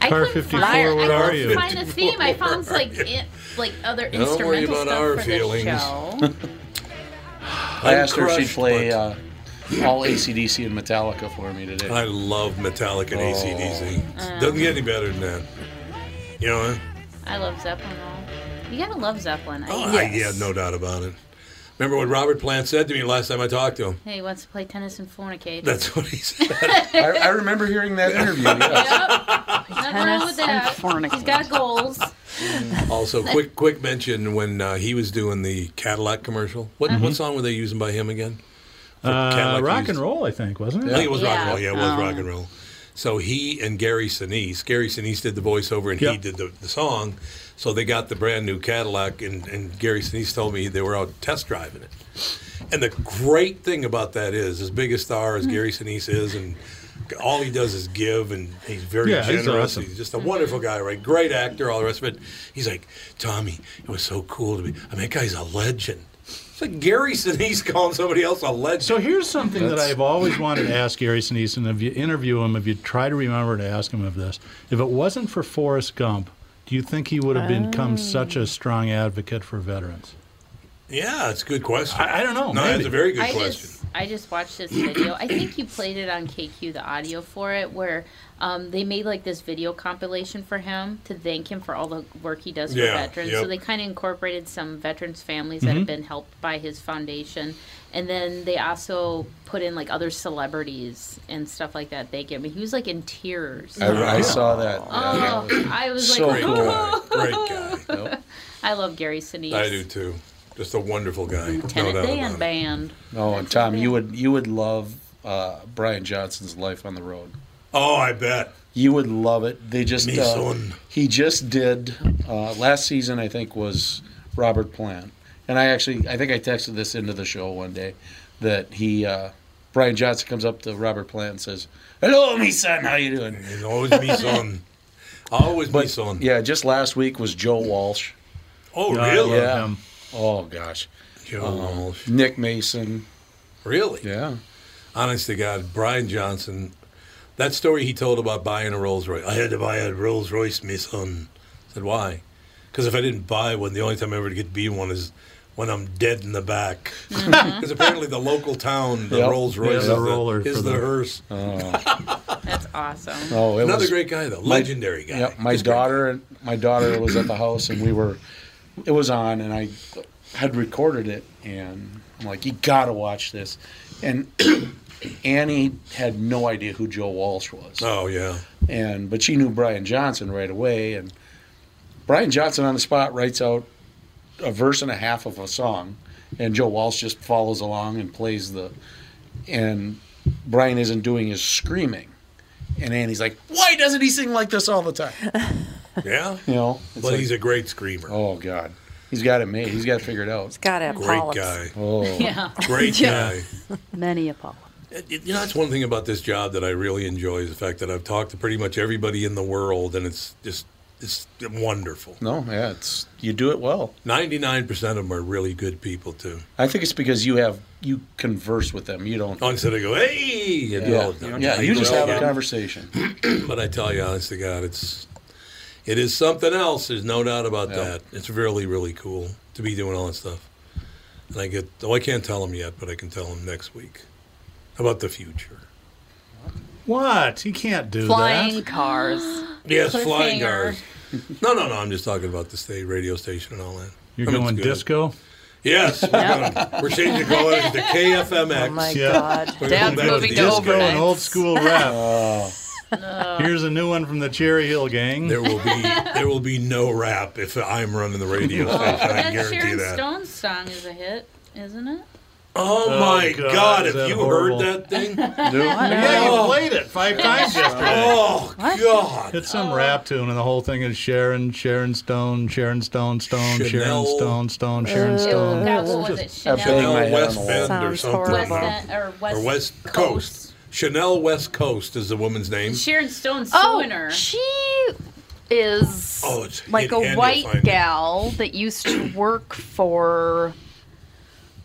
[SPEAKER 9] I
[SPEAKER 2] Car
[SPEAKER 9] couldn't
[SPEAKER 2] 54,
[SPEAKER 9] find-
[SPEAKER 2] where
[SPEAKER 9] I
[SPEAKER 2] are
[SPEAKER 9] couldn't
[SPEAKER 2] you?
[SPEAKER 9] find a theme. I found like in, like other instrumental
[SPEAKER 3] Don't worry about
[SPEAKER 9] stuff
[SPEAKER 3] our
[SPEAKER 9] for
[SPEAKER 3] feelings.
[SPEAKER 9] the show.
[SPEAKER 3] I asked her if she'd
[SPEAKER 13] Uncrushed,
[SPEAKER 3] play uh, all ACDC and Metallica for me today.
[SPEAKER 13] I love Metallica and ACDC. Doesn't get any better than that. You know,
[SPEAKER 9] I love Zeppelin. All. You gotta love Zeppelin. I,
[SPEAKER 5] Oh,
[SPEAKER 13] Oh, I, yeah, no doubt about it. Remember what Robert Plant said to me last time I talked to him?
[SPEAKER 9] Hey, he wants to play tennis and fornicate.
[SPEAKER 13] That's what he said.
[SPEAKER 3] I, I remember hearing that interview. yes.
[SPEAKER 9] Nothing wrong with that. He's got goals.
[SPEAKER 13] Also, quick quick mention when uh, he was doing the Cadillac commercial. What
[SPEAKER 3] Mm-hmm.
[SPEAKER 13] what song were they using by him again? For
[SPEAKER 2] uh,
[SPEAKER 13] Cadillac
[SPEAKER 2] rock
[SPEAKER 13] used-
[SPEAKER 2] and roll, I think, wasn't it?
[SPEAKER 13] I think it was rock and roll. Yeah, it
[SPEAKER 2] Um,
[SPEAKER 13] was rock and roll. So he and Gary Sinise, Gary Sinise did the voiceover and he did the, the song. So they got the brand new Cadillac, and, and Gary Sinise told me they were out test driving it. And the great thing about that is, as big a star as Gary Sinise is, and all he does is give, and he's very
[SPEAKER 2] Yeah, he's
[SPEAKER 13] generous.
[SPEAKER 2] awesome.
[SPEAKER 13] He's just a wonderful guy, right? Great actor, all the rest of it. He's like, Tommy, it was so cool to be. I mean, that guy's a legend. It's like Gary Sinise calling somebody else a legend.
[SPEAKER 2] So here's something that
[SPEAKER 13] That's-
[SPEAKER 2] I've always wanted to ask Gary Sinise, and if you interview him, if you try to remember to ask him of this, if it wasn't for Forrest Gump, do you think he would have become such a strong advocate for veterans?
[SPEAKER 13] Yeah, it's a good question.
[SPEAKER 2] I, I don't know.
[SPEAKER 13] No, that's
[SPEAKER 2] maybe.
[SPEAKER 13] a very good
[SPEAKER 9] I
[SPEAKER 13] question.
[SPEAKER 9] Just, I just watched this video. I think you played it on KQ, the audio for it, where um, they made like this video compilation for him to thank him for all the work he does for
[SPEAKER 17] Yeah,
[SPEAKER 9] veterans.
[SPEAKER 17] yep.
[SPEAKER 9] So they kind of incorporated some veterans' families that
[SPEAKER 17] Mhm.
[SPEAKER 13] Mm-hmm.
[SPEAKER 9] have been helped by his foundation. And then they also put in like other celebrities and stuff like that. They give me. He was like in tears.
[SPEAKER 3] I, I saw that.
[SPEAKER 9] Oh, I was
[SPEAKER 3] so
[SPEAKER 9] like,
[SPEAKER 3] cool.
[SPEAKER 9] oh.
[SPEAKER 13] Great guy.
[SPEAKER 9] I love Gary Sinise.
[SPEAKER 13] I do too. Just a wonderful guy. No
[SPEAKER 9] Tenant
[SPEAKER 13] doubt
[SPEAKER 9] Dan
[SPEAKER 13] about it.
[SPEAKER 9] Band.
[SPEAKER 3] Oh, and Tom, you would you would love uh, Brian Johnson's life on the road.
[SPEAKER 13] Oh, I bet
[SPEAKER 3] you would love it. They just
[SPEAKER 13] Me
[SPEAKER 3] uh,
[SPEAKER 13] son.
[SPEAKER 3] he just did uh, last season. I think was Robert Plant, and I actually I think I texted this into the show one day. that he uh, Brian Johnson comes up to Robert Plant and says, "Hello, me son, how you doing?"
[SPEAKER 1] It's always me son. Always me son.
[SPEAKER 3] Yeah, just last week was Joe Walsh.
[SPEAKER 1] Oh,
[SPEAKER 3] Yeah,
[SPEAKER 1] really?
[SPEAKER 3] Yeah. Oh gosh.
[SPEAKER 1] Joe
[SPEAKER 3] Um,
[SPEAKER 1] Walsh.
[SPEAKER 3] Nick Mason.
[SPEAKER 1] Really? Yeah. Honest to God, Brian Johnson, that story he told about buying a Rolls Royce. I had to buy a Rolls Royce, me son. I said, why? Because if I didn't buy one, the only time I ever get to be in one is when I'm dead in the back. Because apparently the local town, the
[SPEAKER 3] Yep.
[SPEAKER 1] Rolls Royce,
[SPEAKER 3] Yeah,
[SPEAKER 1] is
[SPEAKER 3] the
[SPEAKER 1] the,
[SPEAKER 3] roller
[SPEAKER 1] is
[SPEAKER 3] for
[SPEAKER 1] the
[SPEAKER 3] the-
[SPEAKER 1] hearse.
[SPEAKER 9] That's awesome.
[SPEAKER 3] Oh, it
[SPEAKER 1] Another
[SPEAKER 3] was-
[SPEAKER 1] great guy, though.
[SPEAKER 3] my-
[SPEAKER 1] Legendary guy.
[SPEAKER 3] Yep, my daughter and my daughter was at the house, and we were, it was on, and I had recorded it, and I'm like, you gotta watch this, and Annie had no idea who Joe Walsh was.
[SPEAKER 1] Oh, yeah.
[SPEAKER 3] and but she knew Brian Johnson right away, and Brian Johnson on the spot writes out a verse and a half of a song, and Joe Walsh just follows along and plays the, and Brian isn't doing his screaming, and Annie's like, why doesn't he sing like this all the time?
[SPEAKER 1] Yeah.
[SPEAKER 3] you know,
[SPEAKER 1] But he's a great screamer.
[SPEAKER 3] Oh God, he's got it made. He's got it figured out. He's
[SPEAKER 5] got to have
[SPEAKER 1] Great
[SPEAKER 5] polyps.
[SPEAKER 1] guy.
[SPEAKER 3] Oh,
[SPEAKER 4] Yeah.
[SPEAKER 1] Great
[SPEAKER 4] Yeah.
[SPEAKER 1] guy.
[SPEAKER 4] Many a Paul.
[SPEAKER 1] You know, that's one thing about this job that I really enjoy is the fact that I've talked to pretty much everybody in the world, and it's just it's wonderful.
[SPEAKER 3] No, yeah, it's you do it well.
[SPEAKER 1] Ninety nine percent of them are really good people too.
[SPEAKER 3] I think it's because you have you converse with them. You don't.
[SPEAKER 1] Oh, instead of go, hey, and
[SPEAKER 3] yeah,
[SPEAKER 1] all the
[SPEAKER 3] yeah,
[SPEAKER 1] time.
[SPEAKER 3] you just have a
[SPEAKER 1] Yeah.
[SPEAKER 3] conversation.
[SPEAKER 1] but I tell you, honest to God, it's it is something else. There's no doubt about that. It's really, really cool to be doing all that stuff. And I get, oh, I can't tell him yet, but I can tell him next week about the future.
[SPEAKER 2] What? He can't do
[SPEAKER 4] Flying
[SPEAKER 2] that.
[SPEAKER 4] cars.
[SPEAKER 1] Yes, flying cars. No, no, no. I'm just talking about the state radio station and all that.
[SPEAKER 2] You're
[SPEAKER 1] I mean,
[SPEAKER 2] going
[SPEAKER 1] it's good.
[SPEAKER 2] disco?
[SPEAKER 1] Yes, we're, gonna, we're changing the colors to KFMX.
[SPEAKER 2] Oh, my Yeah. God.
[SPEAKER 1] We're going
[SPEAKER 2] Dad's
[SPEAKER 1] back to
[SPEAKER 2] moving
[SPEAKER 1] the
[SPEAKER 2] to
[SPEAKER 1] disco.
[SPEAKER 2] overnights. An old school rap. Here's a new one from the Cherry Hill Gang.
[SPEAKER 1] There will be there will be no rap if I'm running the radio station. I
[SPEAKER 9] that
[SPEAKER 1] guarantee
[SPEAKER 9] Sharon
[SPEAKER 1] that.
[SPEAKER 9] Stone song is a hit, isn't it?
[SPEAKER 1] Oh,
[SPEAKER 2] Oh,
[SPEAKER 1] my
[SPEAKER 2] God,
[SPEAKER 1] God!
[SPEAKER 2] is
[SPEAKER 1] if
[SPEAKER 2] that
[SPEAKER 1] you
[SPEAKER 2] horrible.
[SPEAKER 1] heard that thing,
[SPEAKER 2] Yeah, you played it five times yesterday.
[SPEAKER 1] Oh God!
[SPEAKER 2] It's some rap tune, and the whole thing is Sharon, Sharon Stone, Sharon Stone, Stone, Sharon
[SPEAKER 1] Chanel.
[SPEAKER 2] Stone, Stone, Sharon
[SPEAKER 1] Uh,
[SPEAKER 2] Stone.
[SPEAKER 9] that was- was it Chanel?
[SPEAKER 1] Chanel
[SPEAKER 3] my head
[SPEAKER 1] West
[SPEAKER 3] on the
[SPEAKER 1] Bend
[SPEAKER 9] wall.
[SPEAKER 1] or
[SPEAKER 9] Sounds
[SPEAKER 1] something.
[SPEAKER 9] horrible. West Bend- or West
[SPEAKER 1] Coast. Chanel West Coast is the woman's name.
[SPEAKER 9] Sharon Stone's
[SPEAKER 4] Oh,
[SPEAKER 9] suing her.
[SPEAKER 4] she is
[SPEAKER 1] Oh, it's
[SPEAKER 4] like
[SPEAKER 1] hit and
[SPEAKER 4] a
[SPEAKER 1] you'll find
[SPEAKER 4] white
[SPEAKER 1] it.
[SPEAKER 4] gal that used to work for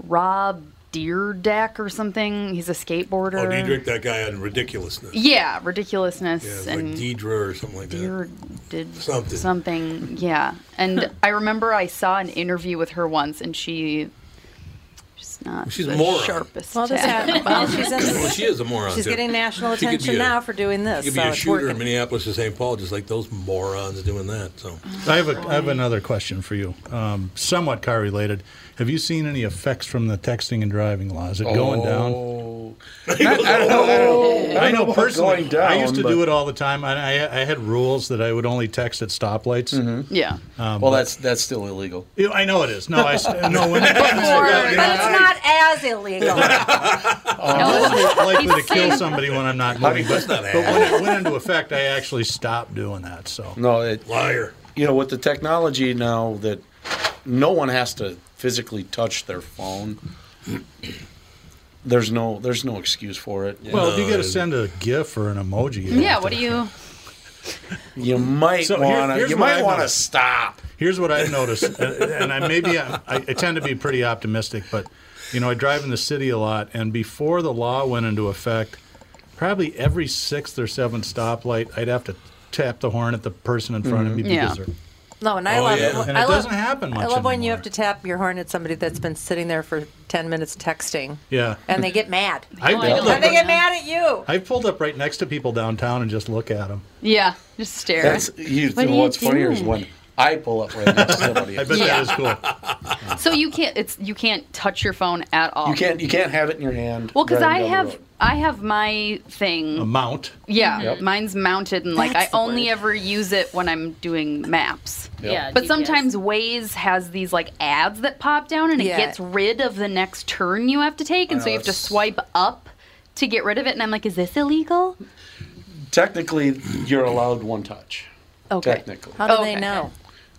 [SPEAKER 4] Rob Deerdeck or something. He's a skateboarder.
[SPEAKER 1] Oh, Diedrich, that guy on ridiculousness.
[SPEAKER 4] Yeah,
[SPEAKER 1] Yeah,
[SPEAKER 4] ridiculousness
[SPEAKER 1] it's like
[SPEAKER 4] and
[SPEAKER 1] Deidre or something like that.
[SPEAKER 4] Deer did
[SPEAKER 1] Something.
[SPEAKER 4] something. Yeah, and I remember I saw an interview with her once, and she. She's not
[SPEAKER 1] She's a
[SPEAKER 4] the
[SPEAKER 1] moron.
[SPEAKER 4] sharpest.
[SPEAKER 5] Well, this
[SPEAKER 4] tack.
[SPEAKER 5] happened. Well, she's in
[SPEAKER 1] Well, she is a moron.
[SPEAKER 5] She's
[SPEAKER 1] too.
[SPEAKER 5] getting national
[SPEAKER 1] She could be
[SPEAKER 5] attention
[SPEAKER 1] a-
[SPEAKER 5] now for doing this.
[SPEAKER 1] She could
[SPEAKER 5] so
[SPEAKER 1] be a
[SPEAKER 5] it's
[SPEAKER 1] shooter in
[SPEAKER 5] working.
[SPEAKER 1] Minneapolis or St. Paul, just like those morons doing that. So
[SPEAKER 2] I have, a, I have another question for you, um, somewhat car related. Have you seen any effects from the texting and driving law? Is it going
[SPEAKER 3] Oh.
[SPEAKER 2] down?
[SPEAKER 9] Oh.
[SPEAKER 2] I know personally. I used to do it all the time. I, I, I had rules that I would only text at stoplights.
[SPEAKER 4] Yeah.
[SPEAKER 2] Um,
[SPEAKER 3] Mm-hmm. Well,
[SPEAKER 2] but-
[SPEAKER 3] that's that's still illegal.
[SPEAKER 2] Yeah, I know it is. No, I st- no. When it
[SPEAKER 5] But
[SPEAKER 2] comes to
[SPEAKER 5] it's not as illegal.
[SPEAKER 2] I'm likely, likely to kill somebody when I'm not moving,
[SPEAKER 3] that's
[SPEAKER 2] but,
[SPEAKER 3] not
[SPEAKER 2] Um, but when it went into effect, I actually stopped doing that. So
[SPEAKER 3] No, it,
[SPEAKER 1] liar.
[SPEAKER 3] You know, with the technology now that no one has to physically touch their phone, there's no there's no excuse for it.
[SPEAKER 2] well, if you got to send a GIF or an emoji,
[SPEAKER 4] Yeah. What do you?
[SPEAKER 3] you might
[SPEAKER 2] So here-
[SPEAKER 3] want to
[SPEAKER 2] here's
[SPEAKER 3] you
[SPEAKER 2] what
[SPEAKER 3] might
[SPEAKER 2] I've
[SPEAKER 3] want to
[SPEAKER 2] noticed.
[SPEAKER 3] stop.
[SPEAKER 2] Here's what I've noticed, and- and I maybe I, I tend to be pretty optimistic, but you know, I drive in the city a lot, and before the law went into effect, probably every sixth or seventh stoplight, I'd have to tap the horn at the person in front of me
[SPEAKER 4] Mm-hmm.
[SPEAKER 5] Mhm.
[SPEAKER 2] because
[SPEAKER 5] Yeah.
[SPEAKER 2] they're
[SPEAKER 5] No, and I
[SPEAKER 2] Oh,
[SPEAKER 5] love
[SPEAKER 2] yeah.
[SPEAKER 5] it. when-
[SPEAKER 2] And it
[SPEAKER 5] I love,
[SPEAKER 2] doesn't happen
[SPEAKER 5] I
[SPEAKER 2] much
[SPEAKER 5] love when you have to tap your horn at somebody that's been sitting there for ten minutes texting,
[SPEAKER 2] yeah.
[SPEAKER 5] and they get mad.
[SPEAKER 2] I Oh, I know.
[SPEAKER 5] and they get mad at you.
[SPEAKER 2] I pulled up right next to people downtown and just look at them.
[SPEAKER 4] Yeah. Just stare.
[SPEAKER 3] That's you,
[SPEAKER 4] What are you
[SPEAKER 3] what's funnier is
[SPEAKER 4] doing?
[SPEAKER 3] when I pull up right next to somebody.
[SPEAKER 2] I bet
[SPEAKER 4] Yeah.
[SPEAKER 2] that is cool.
[SPEAKER 4] So you can't. It's you can't touch your phone at all.
[SPEAKER 3] You can't you can't have it in your hand.
[SPEAKER 4] Well, because I
[SPEAKER 3] driving down the
[SPEAKER 4] have
[SPEAKER 3] road.
[SPEAKER 4] I have my
[SPEAKER 3] Mm-hmm.
[SPEAKER 4] thing.
[SPEAKER 2] A mount.
[SPEAKER 4] Yeah,
[SPEAKER 3] Yep.
[SPEAKER 4] mine's mounted, and like
[SPEAKER 3] That's
[SPEAKER 4] I
[SPEAKER 3] the
[SPEAKER 4] only ever use it when I'm doing maps.
[SPEAKER 3] Yep. Yeah,
[SPEAKER 4] but
[SPEAKER 3] GPS.
[SPEAKER 4] sometimes Waze has these like ads that pop down, and
[SPEAKER 5] Yeah.
[SPEAKER 4] it gets rid of the next turn you have to take, and
[SPEAKER 3] I
[SPEAKER 4] so
[SPEAKER 3] know,
[SPEAKER 4] you have to
[SPEAKER 3] that's-
[SPEAKER 4] swipe up to get rid of it. And I'm like, is this illegal?
[SPEAKER 3] Technically, you're allowed one touch.
[SPEAKER 4] Okay.
[SPEAKER 3] Technically,
[SPEAKER 4] Oh. How do they Okay.
[SPEAKER 5] know?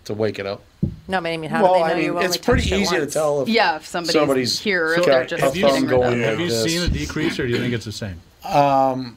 [SPEAKER 3] To wake it up.
[SPEAKER 5] No, but I mean, how
[SPEAKER 3] Well,
[SPEAKER 5] do they
[SPEAKER 3] I
[SPEAKER 5] know
[SPEAKER 3] mean,
[SPEAKER 5] you only
[SPEAKER 3] it's pretty
[SPEAKER 5] touched it
[SPEAKER 3] easy to
[SPEAKER 5] once?
[SPEAKER 3] tell if
[SPEAKER 4] Yeah, if somebody's
[SPEAKER 3] somebody's
[SPEAKER 4] here, if
[SPEAKER 3] got
[SPEAKER 4] they're just
[SPEAKER 3] a thumb
[SPEAKER 4] using
[SPEAKER 3] going
[SPEAKER 4] them.
[SPEAKER 3] like
[SPEAKER 2] Have you
[SPEAKER 3] this.
[SPEAKER 2] seen a decrease, or do you think it's the same?
[SPEAKER 3] Um,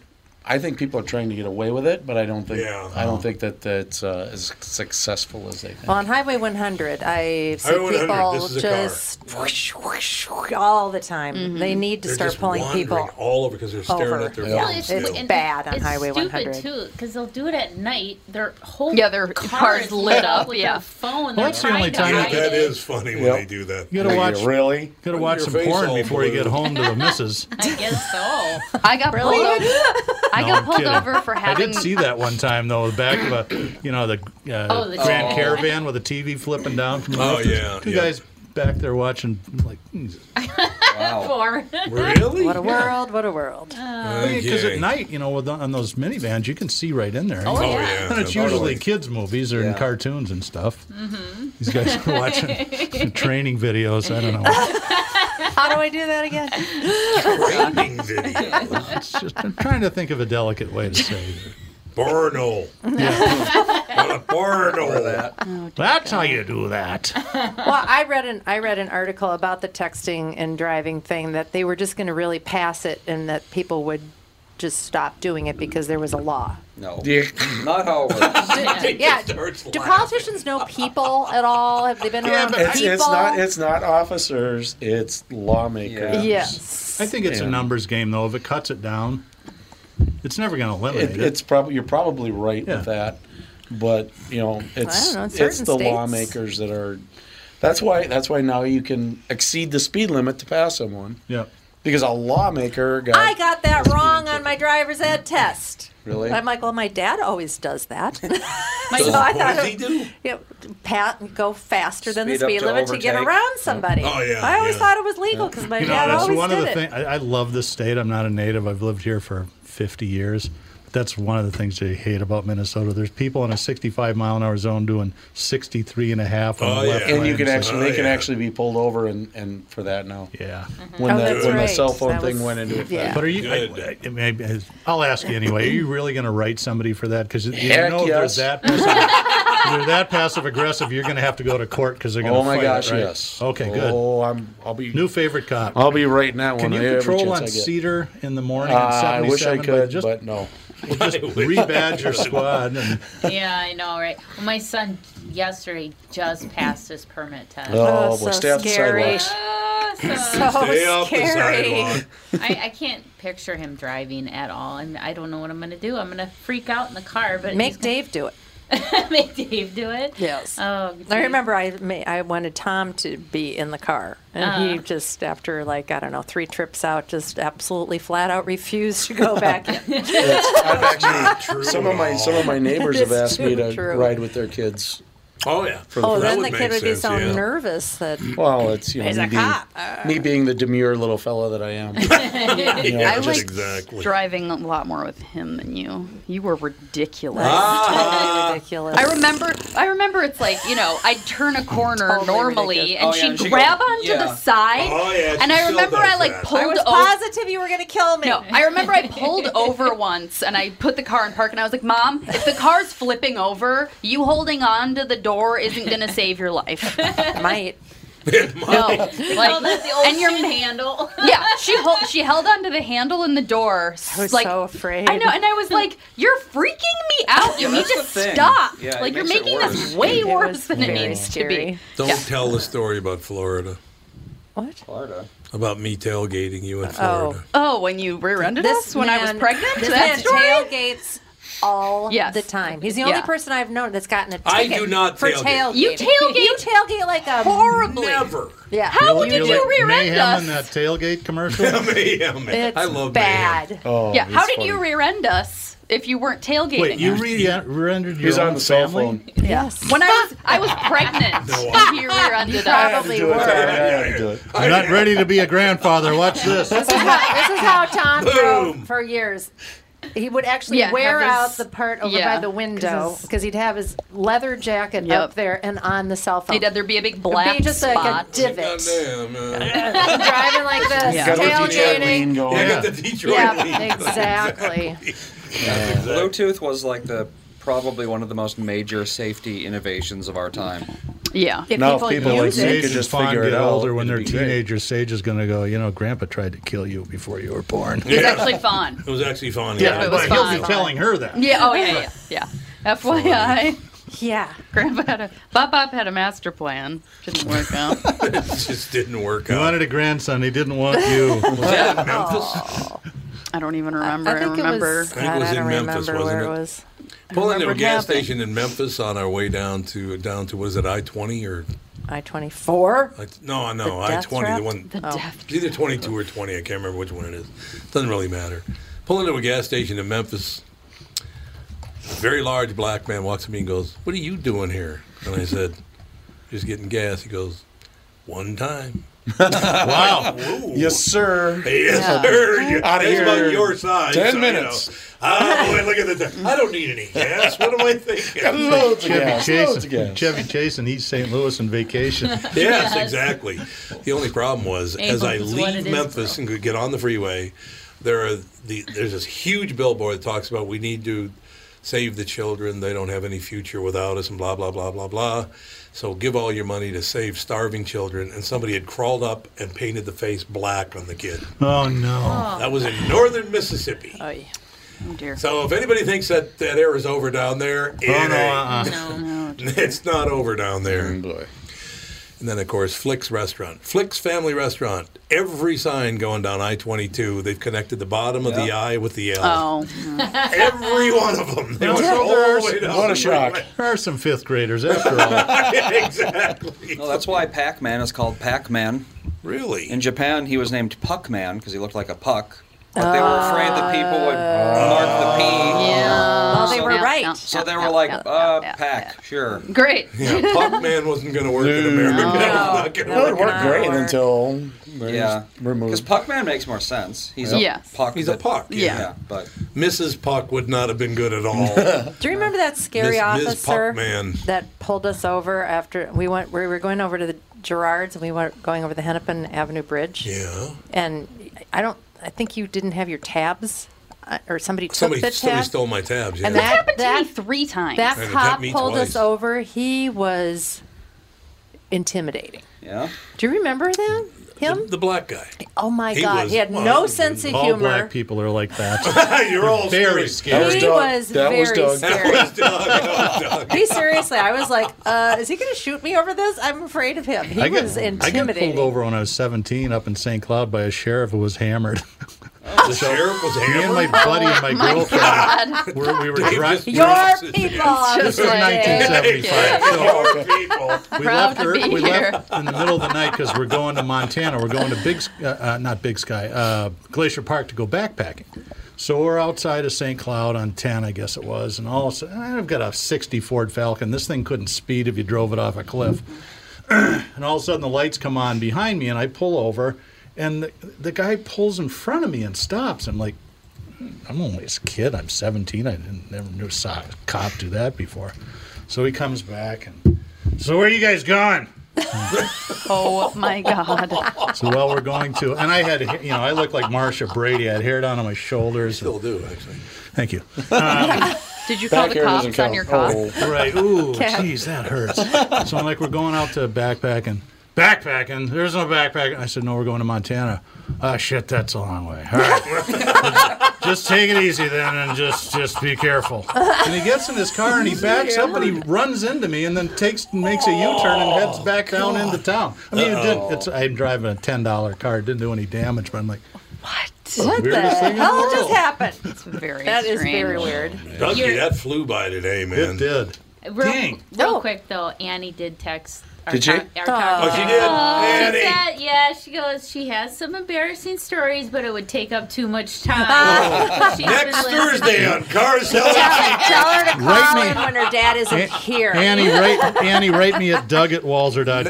[SPEAKER 3] I think people are trying to get away with it, but I don't think
[SPEAKER 2] Yeah.
[SPEAKER 3] I don't think that it's uh, as successful as they think.
[SPEAKER 5] Well, on Highway 100, I see
[SPEAKER 3] Highway 100,
[SPEAKER 5] people
[SPEAKER 3] this is a car.
[SPEAKER 5] just whoosh, whoosh, whoosh, all the time.
[SPEAKER 4] Mm-hmm.
[SPEAKER 5] They need to
[SPEAKER 1] They're
[SPEAKER 5] start
[SPEAKER 1] just
[SPEAKER 5] pulling
[SPEAKER 1] wandering
[SPEAKER 5] people
[SPEAKER 1] all over because they're staring
[SPEAKER 5] over.
[SPEAKER 1] at their
[SPEAKER 5] Yeah,
[SPEAKER 1] phones.
[SPEAKER 5] it's,
[SPEAKER 1] too.
[SPEAKER 9] and
[SPEAKER 5] bad on
[SPEAKER 9] it's
[SPEAKER 5] Highway
[SPEAKER 9] stupid
[SPEAKER 5] 100.
[SPEAKER 9] too, because they'll do it at night. Their whole
[SPEAKER 4] Yeah, their
[SPEAKER 9] car
[SPEAKER 4] car's
[SPEAKER 9] is
[SPEAKER 4] lit
[SPEAKER 9] lit
[SPEAKER 4] up,
[SPEAKER 9] up with
[SPEAKER 4] yeah.
[SPEAKER 9] their phone.
[SPEAKER 4] Well,
[SPEAKER 9] They're
[SPEAKER 4] that's the
[SPEAKER 9] trying
[SPEAKER 4] only
[SPEAKER 9] to
[SPEAKER 4] time
[SPEAKER 9] hide
[SPEAKER 1] Yeah, that
[SPEAKER 9] it.
[SPEAKER 1] is funny
[SPEAKER 3] Yep.
[SPEAKER 1] when they do that.
[SPEAKER 2] You gotta
[SPEAKER 3] Like,
[SPEAKER 2] watch
[SPEAKER 3] really.
[SPEAKER 2] Gotta watch some porn before you get home to the missus.
[SPEAKER 9] I guess so.
[SPEAKER 4] I got
[SPEAKER 9] Really?
[SPEAKER 4] pulled over. I
[SPEAKER 2] No,
[SPEAKER 4] got
[SPEAKER 2] I'm
[SPEAKER 4] pulled
[SPEAKER 2] kidding.
[SPEAKER 4] over for
[SPEAKER 2] I
[SPEAKER 4] having.
[SPEAKER 2] did see that one time though, the back of a, you know, the, uh,
[SPEAKER 4] Oh, the
[SPEAKER 2] Grand
[SPEAKER 4] TV.
[SPEAKER 2] Caravan with a TV flipping down from the
[SPEAKER 1] Oh,
[SPEAKER 2] roof. There's
[SPEAKER 1] yeah,
[SPEAKER 2] two
[SPEAKER 1] yeah.
[SPEAKER 2] guys back there watching. I'm like,
[SPEAKER 1] Really?
[SPEAKER 5] What a world! What a world!
[SPEAKER 4] Uh, Oh.
[SPEAKER 2] because at night, you know, with, on those minivans, you can see right in there.
[SPEAKER 5] Oh, Oh, yeah.
[SPEAKER 1] yeah.
[SPEAKER 2] And it's
[SPEAKER 1] Totally.
[SPEAKER 2] usually kids' movies or in cartoons and stuff.
[SPEAKER 5] Mhm.
[SPEAKER 2] These guys are watching training videos. I don't know.
[SPEAKER 5] How do I do that again?
[SPEAKER 1] Training video.
[SPEAKER 2] It's just, I'm trying to think of a delicate way to say it.
[SPEAKER 1] Porno. What a porno.
[SPEAKER 4] Oh,
[SPEAKER 2] That's how you do that.
[SPEAKER 5] well, I read an I read an article about the texting and driving thing that they were just going to really pass it, and that people would just stop doing it because there was a law.
[SPEAKER 6] No. Not how it works.
[SPEAKER 5] yeah. Do politicians know people at all? Have they been around
[SPEAKER 3] It's,
[SPEAKER 5] people?
[SPEAKER 3] it's not it's not officers, it's lawmakers.
[SPEAKER 5] Yes.
[SPEAKER 2] I think it's a
[SPEAKER 3] Yeah.
[SPEAKER 2] numbers game, though. If it cuts it down, it's never going to eliminate
[SPEAKER 3] It,
[SPEAKER 2] it.
[SPEAKER 3] it's probably you're probably right with that, but you know it's
[SPEAKER 2] know, in
[SPEAKER 3] it's
[SPEAKER 2] certain
[SPEAKER 3] the
[SPEAKER 2] states-
[SPEAKER 3] lawmakers that are. That's why that's why now you can exceed the speed limit to pass someone.
[SPEAKER 2] Yeah,
[SPEAKER 3] because a lawmaker got
[SPEAKER 5] I got that wrong on my driver's ed test.
[SPEAKER 3] Really?
[SPEAKER 5] I'm like, well, my dad always does that.
[SPEAKER 3] Does-
[SPEAKER 5] So I thought
[SPEAKER 3] what does
[SPEAKER 5] it-
[SPEAKER 3] he do?
[SPEAKER 5] Yeah, pat, go faster than the
[SPEAKER 2] Speed up
[SPEAKER 5] speed
[SPEAKER 2] to
[SPEAKER 5] limit to get
[SPEAKER 2] overtake.
[SPEAKER 5] around somebody.
[SPEAKER 2] Oh, yeah,
[SPEAKER 5] I always
[SPEAKER 2] yeah.
[SPEAKER 5] thought it was legal because my
[SPEAKER 2] you know,
[SPEAKER 5] dad
[SPEAKER 2] that's
[SPEAKER 5] always
[SPEAKER 2] one
[SPEAKER 5] did
[SPEAKER 2] of the
[SPEAKER 5] it.
[SPEAKER 2] things. I, I love this state. I'm not a native. I've lived here for 50 years. That's one of the things I hate about Minnesota. There's people in a 65 mile an hour zone doing 63 and a half. On the left
[SPEAKER 3] Oh, and you
[SPEAKER 2] lane.
[SPEAKER 3] can
[SPEAKER 2] It's like,
[SPEAKER 3] actually they can actually be pulled over and, and for that now.
[SPEAKER 2] Yeah,
[SPEAKER 3] when
[SPEAKER 2] Oh,
[SPEAKER 3] the
[SPEAKER 2] that's
[SPEAKER 3] when the
[SPEAKER 2] right.
[SPEAKER 3] cell phone
[SPEAKER 2] That
[SPEAKER 3] thing
[SPEAKER 2] was-
[SPEAKER 3] went into effect.
[SPEAKER 2] oh, But are you? I, I, maybe- I'll ask you anyway. Are you really going to write somebody for that? Because you
[SPEAKER 3] Heck
[SPEAKER 2] know
[SPEAKER 3] yes.
[SPEAKER 2] if they're that passive, if they're that passive aggressive. You're going to have to go to court because they're going to.
[SPEAKER 3] Oh my
[SPEAKER 2] fight it,
[SPEAKER 3] gosh,
[SPEAKER 2] right?
[SPEAKER 3] yes.
[SPEAKER 2] Okay, good.
[SPEAKER 3] Oh, I'm. I'll be
[SPEAKER 2] new favorite cop.
[SPEAKER 3] I'll be writing that
[SPEAKER 2] Can
[SPEAKER 3] one
[SPEAKER 2] you
[SPEAKER 3] every
[SPEAKER 2] control
[SPEAKER 3] chance
[SPEAKER 2] on
[SPEAKER 3] I get.
[SPEAKER 2] Cedar in the morning?
[SPEAKER 3] Uh,
[SPEAKER 2] at
[SPEAKER 3] I
[SPEAKER 2] 77,
[SPEAKER 3] wish I could,
[SPEAKER 2] just,
[SPEAKER 3] but no.
[SPEAKER 2] Well, just rebadge your squad. And,
[SPEAKER 9] yeah, I know, right? Well, my son yesterday just passed his permit test.
[SPEAKER 3] Oh, Oh, boy, so stay off the scary. sidewalks.
[SPEAKER 9] Oh, so
[SPEAKER 3] Stay off the scary. sidewalk.
[SPEAKER 9] I, I can't picture him driving at all, and I don't know what I'm going to do. I'm going to freak out in the car, but
[SPEAKER 5] Make Dave do it.
[SPEAKER 9] make Dave do it.
[SPEAKER 5] Yes.
[SPEAKER 9] Oh,
[SPEAKER 5] I
[SPEAKER 9] geez.
[SPEAKER 5] remember I ma- I wanted Tom to be in the car, and he
[SPEAKER 9] Uh-huh.
[SPEAKER 5] just after like I don't know three trips out, just absolutely flat out refused to go back in.
[SPEAKER 3] I've actually- some of my some of my neighbors have
[SPEAKER 5] It's
[SPEAKER 3] asked me
[SPEAKER 5] too
[SPEAKER 3] to
[SPEAKER 5] true.
[SPEAKER 3] ride with their kids.
[SPEAKER 1] Oh yeah.
[SPEAKER 3] For
[SPEAKER 5] oh,
[SPEAKER 3] the
[SPEAKER 5] then
[SPEAKER 3] first-
[SPEAKER 5] the kid would be so
[SPEAKER 3] yeah.
[SPEAKER 5] nervous that
[SPEAKER 3] Well, it's you know
[SPEAKER 5] He's a
[SPEAKER 3] me being,
[SPEAKER 5] cop.
[SPEAKER 3] me being the demure little fella that I am. You know,
[SPEAKER 4] I
[SPEAKER 3] just-
[SPEAKER 4] like
[SPEAKER 3] Exactly.
[SPEAKER 4] driving a lot more with him than you. You were ridiculous.
[SPEAKER 5] Ah. Ridiculous.
[SPEAKER 4] I remember. I remember. It's like you know, I'd turn a corner
[SPEAKER 5] Totally
[SPEAKER 4] normally,
[SPEAKER 5] ridiculous.
[SPEAKER 4] and
[SPEAKER 5] Oh, yeah,
[SPEAKER 4] she'd
[SPEAKER 5] and she'd
[SPEAKER 4] grab
[SPEAKER 5] go-
[SPEAKER 4] onto
[SPEAKER 5] yeah.
[SPEAKER 4] the side.
[SPEAKER 5] Oh, yeah,
[SPEAKER 4] and
[SPEAKER 5] she
[SPEAKER 4] I
[SPEAKER 5] still
[SPEAKER 4] remember
[SPEAKER 5] does
[SPEAKER 4] I like
[SPEAKER 5] that.
[SPEAKER 4] pulled.
[SPEAKER 5] I was positive you were gonna kill me.
[SPEAKER 4] No, I remember I pulled over once, and I put the car in park, and I was like, "Mom, if the car's flipping over, you holding on to the door isn't gonna save your life.
[SPEAKER 5] might."
[SPEAKER 4] No,
[SPEAKER 9] Like, oh, that's the old
[SPEAKER 4] and your
[SPEAKER 9] shoe handle.
[SPEAKER 4] yeah, she hol- she held onto the handle in the door. s-
[SPEAKER 5] I was
[SPEAKER 4] like,
[SPEAKER 5] so afraid.
[SPEAKER 4] I know, and I was like, "You're freaking me out. You
[SPEAKER 9] Yeah,
[SPEAKER 4] need
[SPEAKER 9] that's
[SPEAKER 4] to
[SPEAKER 9] the thing.
[SPEAKER 4] stop.
[SPEAKER 9] Yeah, it
[SPEAKER 4] like you're
[SPEAKER 9] makes it
[SPEAKER 4] making this
[SPEAKER 9] worse.
[SPEAKER 4] way
[SPEAKER 9] It was
[SPEAKER 4] worse than it
[SPEAKER 9] very
[SPEAKER 4] needs to be."
[SPEAKER 1] Don't tell the story about Florida.
[SPEAKER 5] What?
[SPEAKER 6] Florida.
[SPEAKER 1] About me tailgating you in Florida.
[SPEAKER 4] Oh, oh, when you rear-ended us when I was
[SPEAKER 5] man-
[SPEAKER 4] pregnant.
[SPEAKER 5] This
[SPEAKER 4] that
[SPEAKER 5] man
[SPEAKER 4] story?
[SPEAKER 5] tailgates all
[SPEAKER 4] Yes.
[SPEAKER 5] the time. He's the only
[SPEAKER 4] Yeah.
[SPEAKER 5] person I've known that's gotten a ticket
[SPEAKER 1] I do not
[SPEAKER 5] for
[SPEAKER 1] tailgate.
[SPEAKER 5] tailgating.
[SPEAKER 1] You
[SPEAKER 4] tailgate
[SPEAKER 5] you tailgate like a
[SPEAKER 4] horribly.
[SPEAKER 1] Never.
[SPEAKER 5] Yeah.
[SPEAKER 2] You're like mayhem in that tailgate commercial?
[SPEAKER 1] mayhem.
[SPEAKER 4] It's
[SPEAKER 2] I love
[SPEAKER 4] bad.
[SPEAKER 2] Oh,
[SPEAKER 4] yeah, how did you rear-end us if you weren't tailgating?
[SPEAKER 2] Wait, you
[SPEAKER 4] us?
[SPEAKER 2] re- rendered your
[SPEAKER 3] He's
[SPEAKER 2] own
[SPEAKER 3] on the cell
[SPEAKER 2] family?
[SPEAKER 3] phone.
[SPEAKER 4] Yes. When I was I was pregnant, when you rear-ended us.
[SPEAKER 2] I'm not ready to be a grandfather. Watch this.
[SPEAKER 5] This is how, this is how Tom
[SPEAKER 2] Boom.
[SPEAKER 5] drove for years. He would actually
[SPEAKER 4] Yeah,
[SPEAKER 5] wear
[SPEAKER 4] have
[SPEAKER 5] out
[SPEAKER 4] his-
[SPEAKER 5] the part over
[SPEAKER 4] yeah,
[SPEAKER 5] by the
[SPEAKER 4] 'cause
[SPEAKER 5] window
[SPEAKER 4] his-
[SPEAKER 5] because he'd have his leather jacket
[SPEAKER 4] Yep.
[SPEAKER 5] up there and on the cell phone.
[SPEAKER 4] He'd either be a big
[SPEAKER 5] be
[SPEAKER 4] black
[SPEAKER 5] just like a
[SPEAKER 4] spot.
[SPEAKER 5] divot.
[SPEAKER 4] Driving
[SPEAKER 5] like this,
[SPEAKER 3] Got the Detroit lean
[SPEAKER 5] tailgating.
[SPEAKER 3] going.
[SPEAKER 6] Yeah.
[SPEAKER 5] Yeah, exactly.
[SPEAKER 6] Bluetooth was like the probably one of the most major safety innovations of our time.
[SPEAKER 4] Yeah.
[SPEAKER 3] Now, if people like
[SPEAKER 2] As
[SPEAKER 3] me could
[SPEAKER 2] ages
[SPEAKER 3] just
[SPEAKER 2] fond
[SPEAKER 3] figure it
[SPEAKER 2] get
[SPEAKER 3] out,
[SPEAKER 2] older when
[SPEAKER 3] it'd
[SPEAKER 2] they're
[SPEAKER 3] be great.
[SPEAKER 2] teenagers, Sage is going to go, you know, Grandpa tried to kill you before you were born.
[SPEAKER 4] It's actually fun.
[SPEAKER 1] It was actually fun.
[SPEAKER 2] Yeah,
[SPEAKER 4] it was
[SPEAKER 2] but he'll
[SPEAKER 4] fun.
[SPEAKER 2] be telling her that.
[SPEAKER 4] Yeah. Oh yeah. Yeah. yeah. FYI.
[SPEAKER 5] Yeah.
[SPEAKER 4] Grandpa had a Bob Bob had a master plan. Didn't work out.
[SPEAKER 1] it just didn't work
[SPEAKER 2] He wanted a grandson. He didn't want you.
[SPEAKER 4] Was that in Memphis? I don't even remember. I,
[SPEAKER 5] think it
[SPEAKER 4] remember.
[SPEAKER 5] was- I think it was I don't in Memphis, remember wasn't where it it? was.
[SPEAKER 1] Pulled into a
[SPEAKER 5] remembered
[SPEAKER 1] gas
[SPEAKER 5] happening.
[SPEAKER 1] station in Memphis on our way down to down to was it I twenty or
[SPEAKER 5] I twenty four.
[SPEAKER 1] I, no no
[SPEAKER 5] The
[SPEAKER 1] I
[SPEAKER 5] death
[SPEAKER 1] twenty
[SPEAKER 5] trap?
[SPEAKER 1] the one
[SPEAKER 5] The Oh. death
[SPEAKER 1] it's either twenty two or twenty I can't remember which one it is doesn't really matter. Pull into a gas station in Memphis. A very large black man walks up to me and goes, "What are you doing here?" And I said, "Just getting gas." He goes, "One time."
[SPEAKER 3] Wow.
[SPEAKER 1] Whoa.
[SPEAKER 3] Yes, sir.
[SPEAKER 1] Yes,
[SPEAKER 3] Yeah.
[SPEAKER 1] sir. You-
[SPEAKER 3] Outta
[SPEAKER 1] that's
[SPEAKER 3] here.
[SPEAKER 1] about your size.
[SPEAKER 3] Ten
[SPEAKER 1] so, you
[SPEAKER 3] minutes.
[SPEAKER 1] know. Ah, boy, look at the time. I don't need any gas. What am I thinking?
[SPEAKER 2] Chevy Chase, Chevy Chase and East St. Louis on vacation.
[SPEAKER 1] Yes, exactly. The only problem was,
[SPEAKER 2] Aim
[SPEAKER 1] as I
[SPEAKER 2] is what
[SPEAKER 1] leave
[SPEAKER 2] it is,
[SPEAKER 1] Memphis and could get on the freeway, there are the there's this huge billboard that talks about we need to save the children. They don't have any future without us, and blah blah blah blah blah. So give all your money to save starving children. And somebody had crawled up and painted the face black on the kid.
[SPEAKER 2] Oh, no.
[SPEAKER 1] That was in northern Mississippi.
[SPEAKER 4] Oh yeah. Oh dear.
[SPEAKER 1] So if anybody thinks that that era's over down there, it
[SPEAKER 2] no,
[SPEAKER 1] ain't.
[SPEAKER 4] uh-uh. No,
[SPEAKER 1] it's not over down there. And then of course Flick's restaurant, Flick's family restaurant. Every sign going down I twenty two, they've connected the bottom of the
[SPEAKER 4] Yeah.
[SPEAKER 1] I with the L.
[SPEAKER 4] Oh.
[SPEAKER 1] Every one of them. They went all the way down. the freeway.
[SPEAKER 2] There are some fifth graders after all.
[SPEAKER 5] Oh
[SPEAKER 1] exactly.
[SPEAKER 6] No, that's why Pac-Man is called Pac-Man.
[SPEAKER 1] Really?
[SPEAKER 6] In Japan, he was named Puck-Man because he looked like a puck. But they were afraid that people would mark the P.
[SPEAKER 4] Yeah.
[SPEAKER 5] Well, Uh, they were
[SPEAKER 6] so-
[SPEAKER 5] right.
[SPEAKER 6] So they were like, uh, Pac, sure.
[SPEAKER 4] Great.
[SPEAKER 1] Yeah, Puckman wasn't going to work in America. No, not gonna
[SPEAKER 3] That would work great
[SPEAKER 6] work.
[SPEAKER 3] until there's
[SPEAKER 6] Yeah. Because
[SPEAKER 3] removed.
[SPEAKER 6] Puck-Man makes more sense. He's a
[SPEAKER 5] Yes.
[SPEAKER 6] puck.
[SPEAKER 1] He's a
[SPEAKER 6] that-
[SPEAKER 1] puck.
[SPEAKER 6] Yeah. but
[SPEAKER 1] Mrs. Puck would not have been good at all.
[SPEAKER 5] Do you remember that scary
[SPEAKER 1] Miss- Miss
[SPEAKER 5] officer
[SPEAKER 1] Puckman.
[SPEAKER 5] that pulled us over after we went? We were going over to the Gerards and we were going over the Hennepin Avenue Bridge.
[SPEAKER 1] Yeah.
[SPEAKER 5] And I don't. I think you didn't have your tabs, uh, or somebody took
[SPEAKER 1] somebody
[SPEAKER 5] the
[SPEAKER 1] somebody
[SPEAKER 5] tabs.
[SPEAKER 1] stole my tabs. Yeah.
[SPEAKER 5] And that
[SPEAKER 4] happened
[SPEAKER 5] that,
[SPEAKER 4] to me three times.
[SPEAKER 5] That
[SPEAKER 1] And it
[SPEAKER 5] cop
[SPEAKER 1] happened to me
[SPEAKER 5] pulled us
[SPEAKER 1] twice.
[SPEAKER 5] over. He was intimidating.
[SPEAKER 6] yeah.
[SPEAKER 5] Do you remember that? Him?
[SPEAKER 1] The black guy.
[SPEAKER 5] oh my
[SPEAKER 2] He
[SPEAKER 5] God!
[SPEAKER 2] was
[SPEAKER 5] he had
[SPEAKER 2] one
[SPEAKER 5] no
[SPEAKER 2] of
[SPEAKER 5] sense of
[SPEAKER 2] all
[SPEAKER 5] humor.
[SPEAKER 2] black people are like that.
[SPEAKER 1] You're all
[SPEAKER 5] That
[SPEAKER 2] very
[SPEAKER 5] was
[SPEAKER 2] scary.
[SPEAKER 5] He Doug. was That was very Doug. scary.
[SPEAKER 1] That was Doug.
[SPEAKER 5] He seriously, I was like, uh, is he going to shoot me over this? I'm afraid of him. He
[SPEAKER 2] I got,
[SPEAKER 5] was
[SPEAKER 2] I got
[SPEAKER 5] intimidating.
[SPEAKER 2] pulled over when I was 17 up in St. Cloud by a sheriff who was hammered.
[SPEAKER 1] The sheriff was
[SPEAKER 2] Me and my
[SPEAKER 1] hammered?
[SPEAKER 2] buddy and my
[SPEAKER 1] my
[SPEAKER 2] girlfriend
[SPEAKER 1] God.
[SPEAKER 2] were, we were
[SPEAKER 1] Dave
[SPEAKER 2] driving.
[SPEAKER 1] just dropped
[SPEAKER 5] Your people,
[SPEAKER 2] This was
[SPEAKER 5] I'm saying.
[SPEAKER 2] 1975.
[SPEAKER 1] Your people.
[SPEAKER 2] We
[SPEAKER 5] Proud
[SPEAKER 2] left,
[SPEAKER 5] to be
[SPEAKER 2] we
[SPEAKER 5] here.
[SPEAKER 2] left in the middle of the night because we're going to Montana. We're going to Big, S- uh, uh, not Big Sky, uh, Glacier Park to go backpacking. So we're outside of St. Cloud on 10, I guess it was, and all of a sudden, I've got a 60 Ford Falcon. This thing couldn't speed if you drove it off a cliff. and all of a sudden, the lights come on behind me, and I pull over, and the, the guy pulls in front of me and stops. I'm like, I'm only a kid. I'm 17. I didn't, never knew a so- cop do that before. So he comes back and, so where you guys going?
[SPEAKER 4] Oh my God.
[SPEAKER 2] So well, we're going to, and I had, you know, I looked like Marsha Brady. I had hair down on my shoulders.
[SPEAKER 1] Still do, actually.
[SPEAKER 2] Thank you. Um,
[SPEAKER 4] Did you call the cops on your car?
[SPEAKER 1] Oh.
[SPEAKER 2] Right. Ooh,
[SPEAKER 4] Cat.
[SPEAKER 2] jeez, that hurts. So I'm like, we're going out to backpacking. Backpacking? There's no backpacking. I said, no, we're going to Montana. Ah, shit, that's a long way. All right. just take it easy then and just just be careful. And he gets in his car and he backs up and he runs into me and then takes makes a U-turn and heads back down into town. I mean, it did,
[SPEAKER 13] Uh-oh.
[SPEAKER 2] it's, I'm driving a $10 car. It didn't do any damage, but I'm like,
[SPEAKER 5] What the
[SPEAKER 2] Weirdest thing in the
[SPEAKER 5] hell
[SPEAKER 2] world.
[SPEAKER 5] just happened?
[SPEAKER 4] It's very
[SPEAKER 5] That is
[SPEAKER 9] strange.
[SPEAKER 5] very weird.
[SPEAKER 1] Dougie,
[SPEAKER 9] You're-
[SPEAKER 1] that flew by today, man. It
[SPEAKER 2] did.
[SPEAKER 9] Real, real quick though, Annie did text. Our
[SPEAKER 1] Did she?
[SPEAKER 9] con- our
[SPEAKER 1] Oh.
[SPEAKER 9] contact.
[SPEAKER 1] Oh, she did?
[SPEAKER 9] Oh, she
[SPEAKER 1] Annie.
[SPEAKER 9] said, yeah, she goes, she has some embarrassing stories, but it would take up too much time. She's been
[SPEAKER 1] Next
[SPEAKER 9] listening.
[SPEAKER 1] Thursday on Cars Hell
[SPEAKER 5] Tell her to call
[SPEAKER 2] Write me.
[SPEAKER 5] in when her dad isn't
[SPEAKER 2] An-
[SPEAKER 5] here.
[SPEAKER 2] Annie, write, Annie, write me at doug at walzer.com.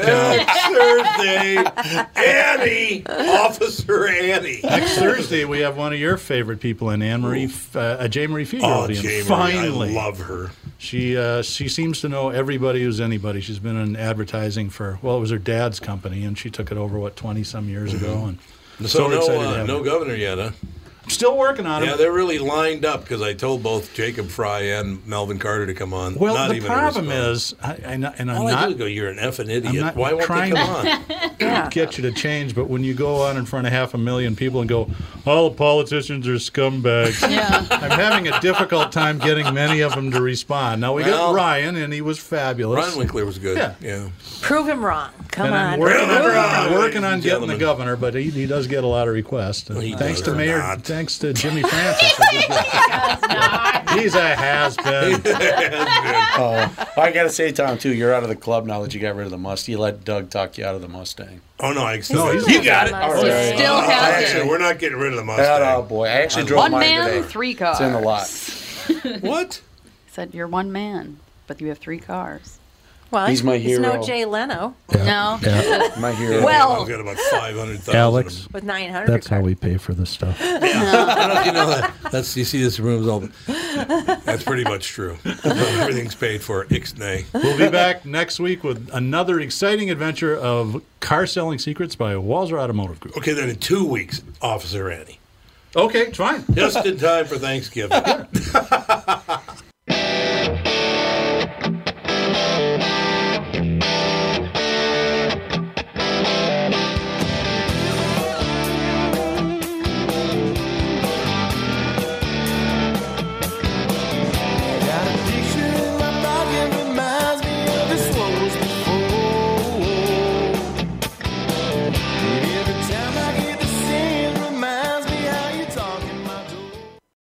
[SPEAKER 1] Thursday, Annie, Officer Annie.
[SPEAKER 2] Next Thursday, we have one of your favorite people in Anne Marie, F- uh, uh, Jay Marie Figueroa.
[SPEAKER 1] Oh,
[SPEAKER 2] being-
[SPEAKER 1] Jay Marie, I
[SPEAKER 2] Finally,
[SPEAKER 1] love her.
[SPEAKER 2] She uh, she seems to know everybody who's anybody. She's been in advertising for well, it was her dad's company, and she took it over what twenty some years ago. And
[SPEAKER 1] Mm-hmm. So,
[SPEAKER 2] so,
[SPEAKER 1] no,
[SPEAKER 2] excited to
[SPEAKER 1] uh,
[SPEAKER 2] have
[SPEAKER 1] no
[SPEAKER 2] her.
[SPEAKER 1] governor yet, huh?
[SPEAKER 2] Still working on it.
[SPEAKER 1] Yeah, they're really lined up because I told both Jacob Fry and Melvin Carter to come on.
[SPEAKER 2] Well,
[SPEAKER 1] Not
[SPEAKER 2] the
[SPEAKER 1] even a
[SPEAKER 2] problem
[SPEAKER 1] response.
[SPEAKER 2] is, I, I, and I'm
[SPEAKER 1] All I do
[SPEAKER 2] not
[SPEAKER 1] is go, you're an effing idiot.
[SPEAKER 2] I'm not
[SPEAKER 1] Why won't
[SPEAKER 2] trying
[SPEAKER 1] they come on?
[SPEAKER 2] to get you to change, but when you go on in front of half a million people and go, all politicians are scumbags, I'm having a difficult time getting many of them to respond. Now, we
[SPEAKER 1] Well-
[SPEAKER 2] got Ryan, and he was fabulous.
[SPEAKER 1] Ryan Winkler was good.
[SPEAKER 2] Yeah.
[SPEAKER 1] yeah.
[SPEAKER 5] Prove him wrong. Come
[SPEAKER 2] and
[SPEAKER 5] on.
[SPEAKER 2] I'm working on,
[SPEAKER 5] Prove him
[SPEAKER 2] I'm
[SPEAKER 5] wrong.
[SPEAKER 2] working on getting the governor, but he, he does get a lot of requests. And thanks to Mayor, thanks to Jimmy Francis. He's a has been.
[SPEAKER 3] oh, I gotta say, Tom, too, you're out of the club now that you got rid of the must. You let Doug talk you out of the Mustang.
[SPEAKER 1] Oh no, I still
[SPEAKER 3] No,
[SPEAKER 1] have
[SPEAKER 3] he's- You got it.
[SPEAKER 1] All
[SPEAKER 3] He
[SPEAKER 1] right.
[SPEAKER 3] still
[SPEAKER 1] I
[SPEAKER 3] has it.
[SPEAKER 1] Actually, we're not getting rid of the Mustang. Um,
[SPEAKER 3] That, oh boy, I actually drove
[SPEAKER 4] One
[SPEAKER 3] mine
[SPEAKER 4] man,
[SPEAKER 3] today.
[SPEAKER 4] three cars.
[SPEAKER 3] It's in the lot.
[SPEAKER 1] what?
[SPEAKER 4] I said you're one man, but you have three cars.
[SPEAKER 5] Well,
[SPEAKER 3] He's my
[SPEAKER 5] he's
[SPEAKER 3] hero.
[SPEAKER 5] no Jay Leno.
[SPEAKER 4] No.
[SPEAKER 3] Yeah. My hero.
[SPEAKER 5] Well. I've
[SPEAKER 1] got about 500,000.
[SPEAKER 2] Alex,
[SPEAKER 5] With 900
[SPEAKER 2] that's how we pay for this stuff.
[SPEAKER 1] I don't know if you know that. That's you see this room's all. That's pretty much true. Everything's paid for. Ixnay.
[SPEAKER 2] We'll be back next week with another exciting adventure of car selling secrets by Walzer Automotive Group.
[SPEAKER 1] Okay, then in two weeks, Officer Annie.
[SPEAKER 2] Okay, fine.
[SPEAKER 1] Just in time for Thanksgiving.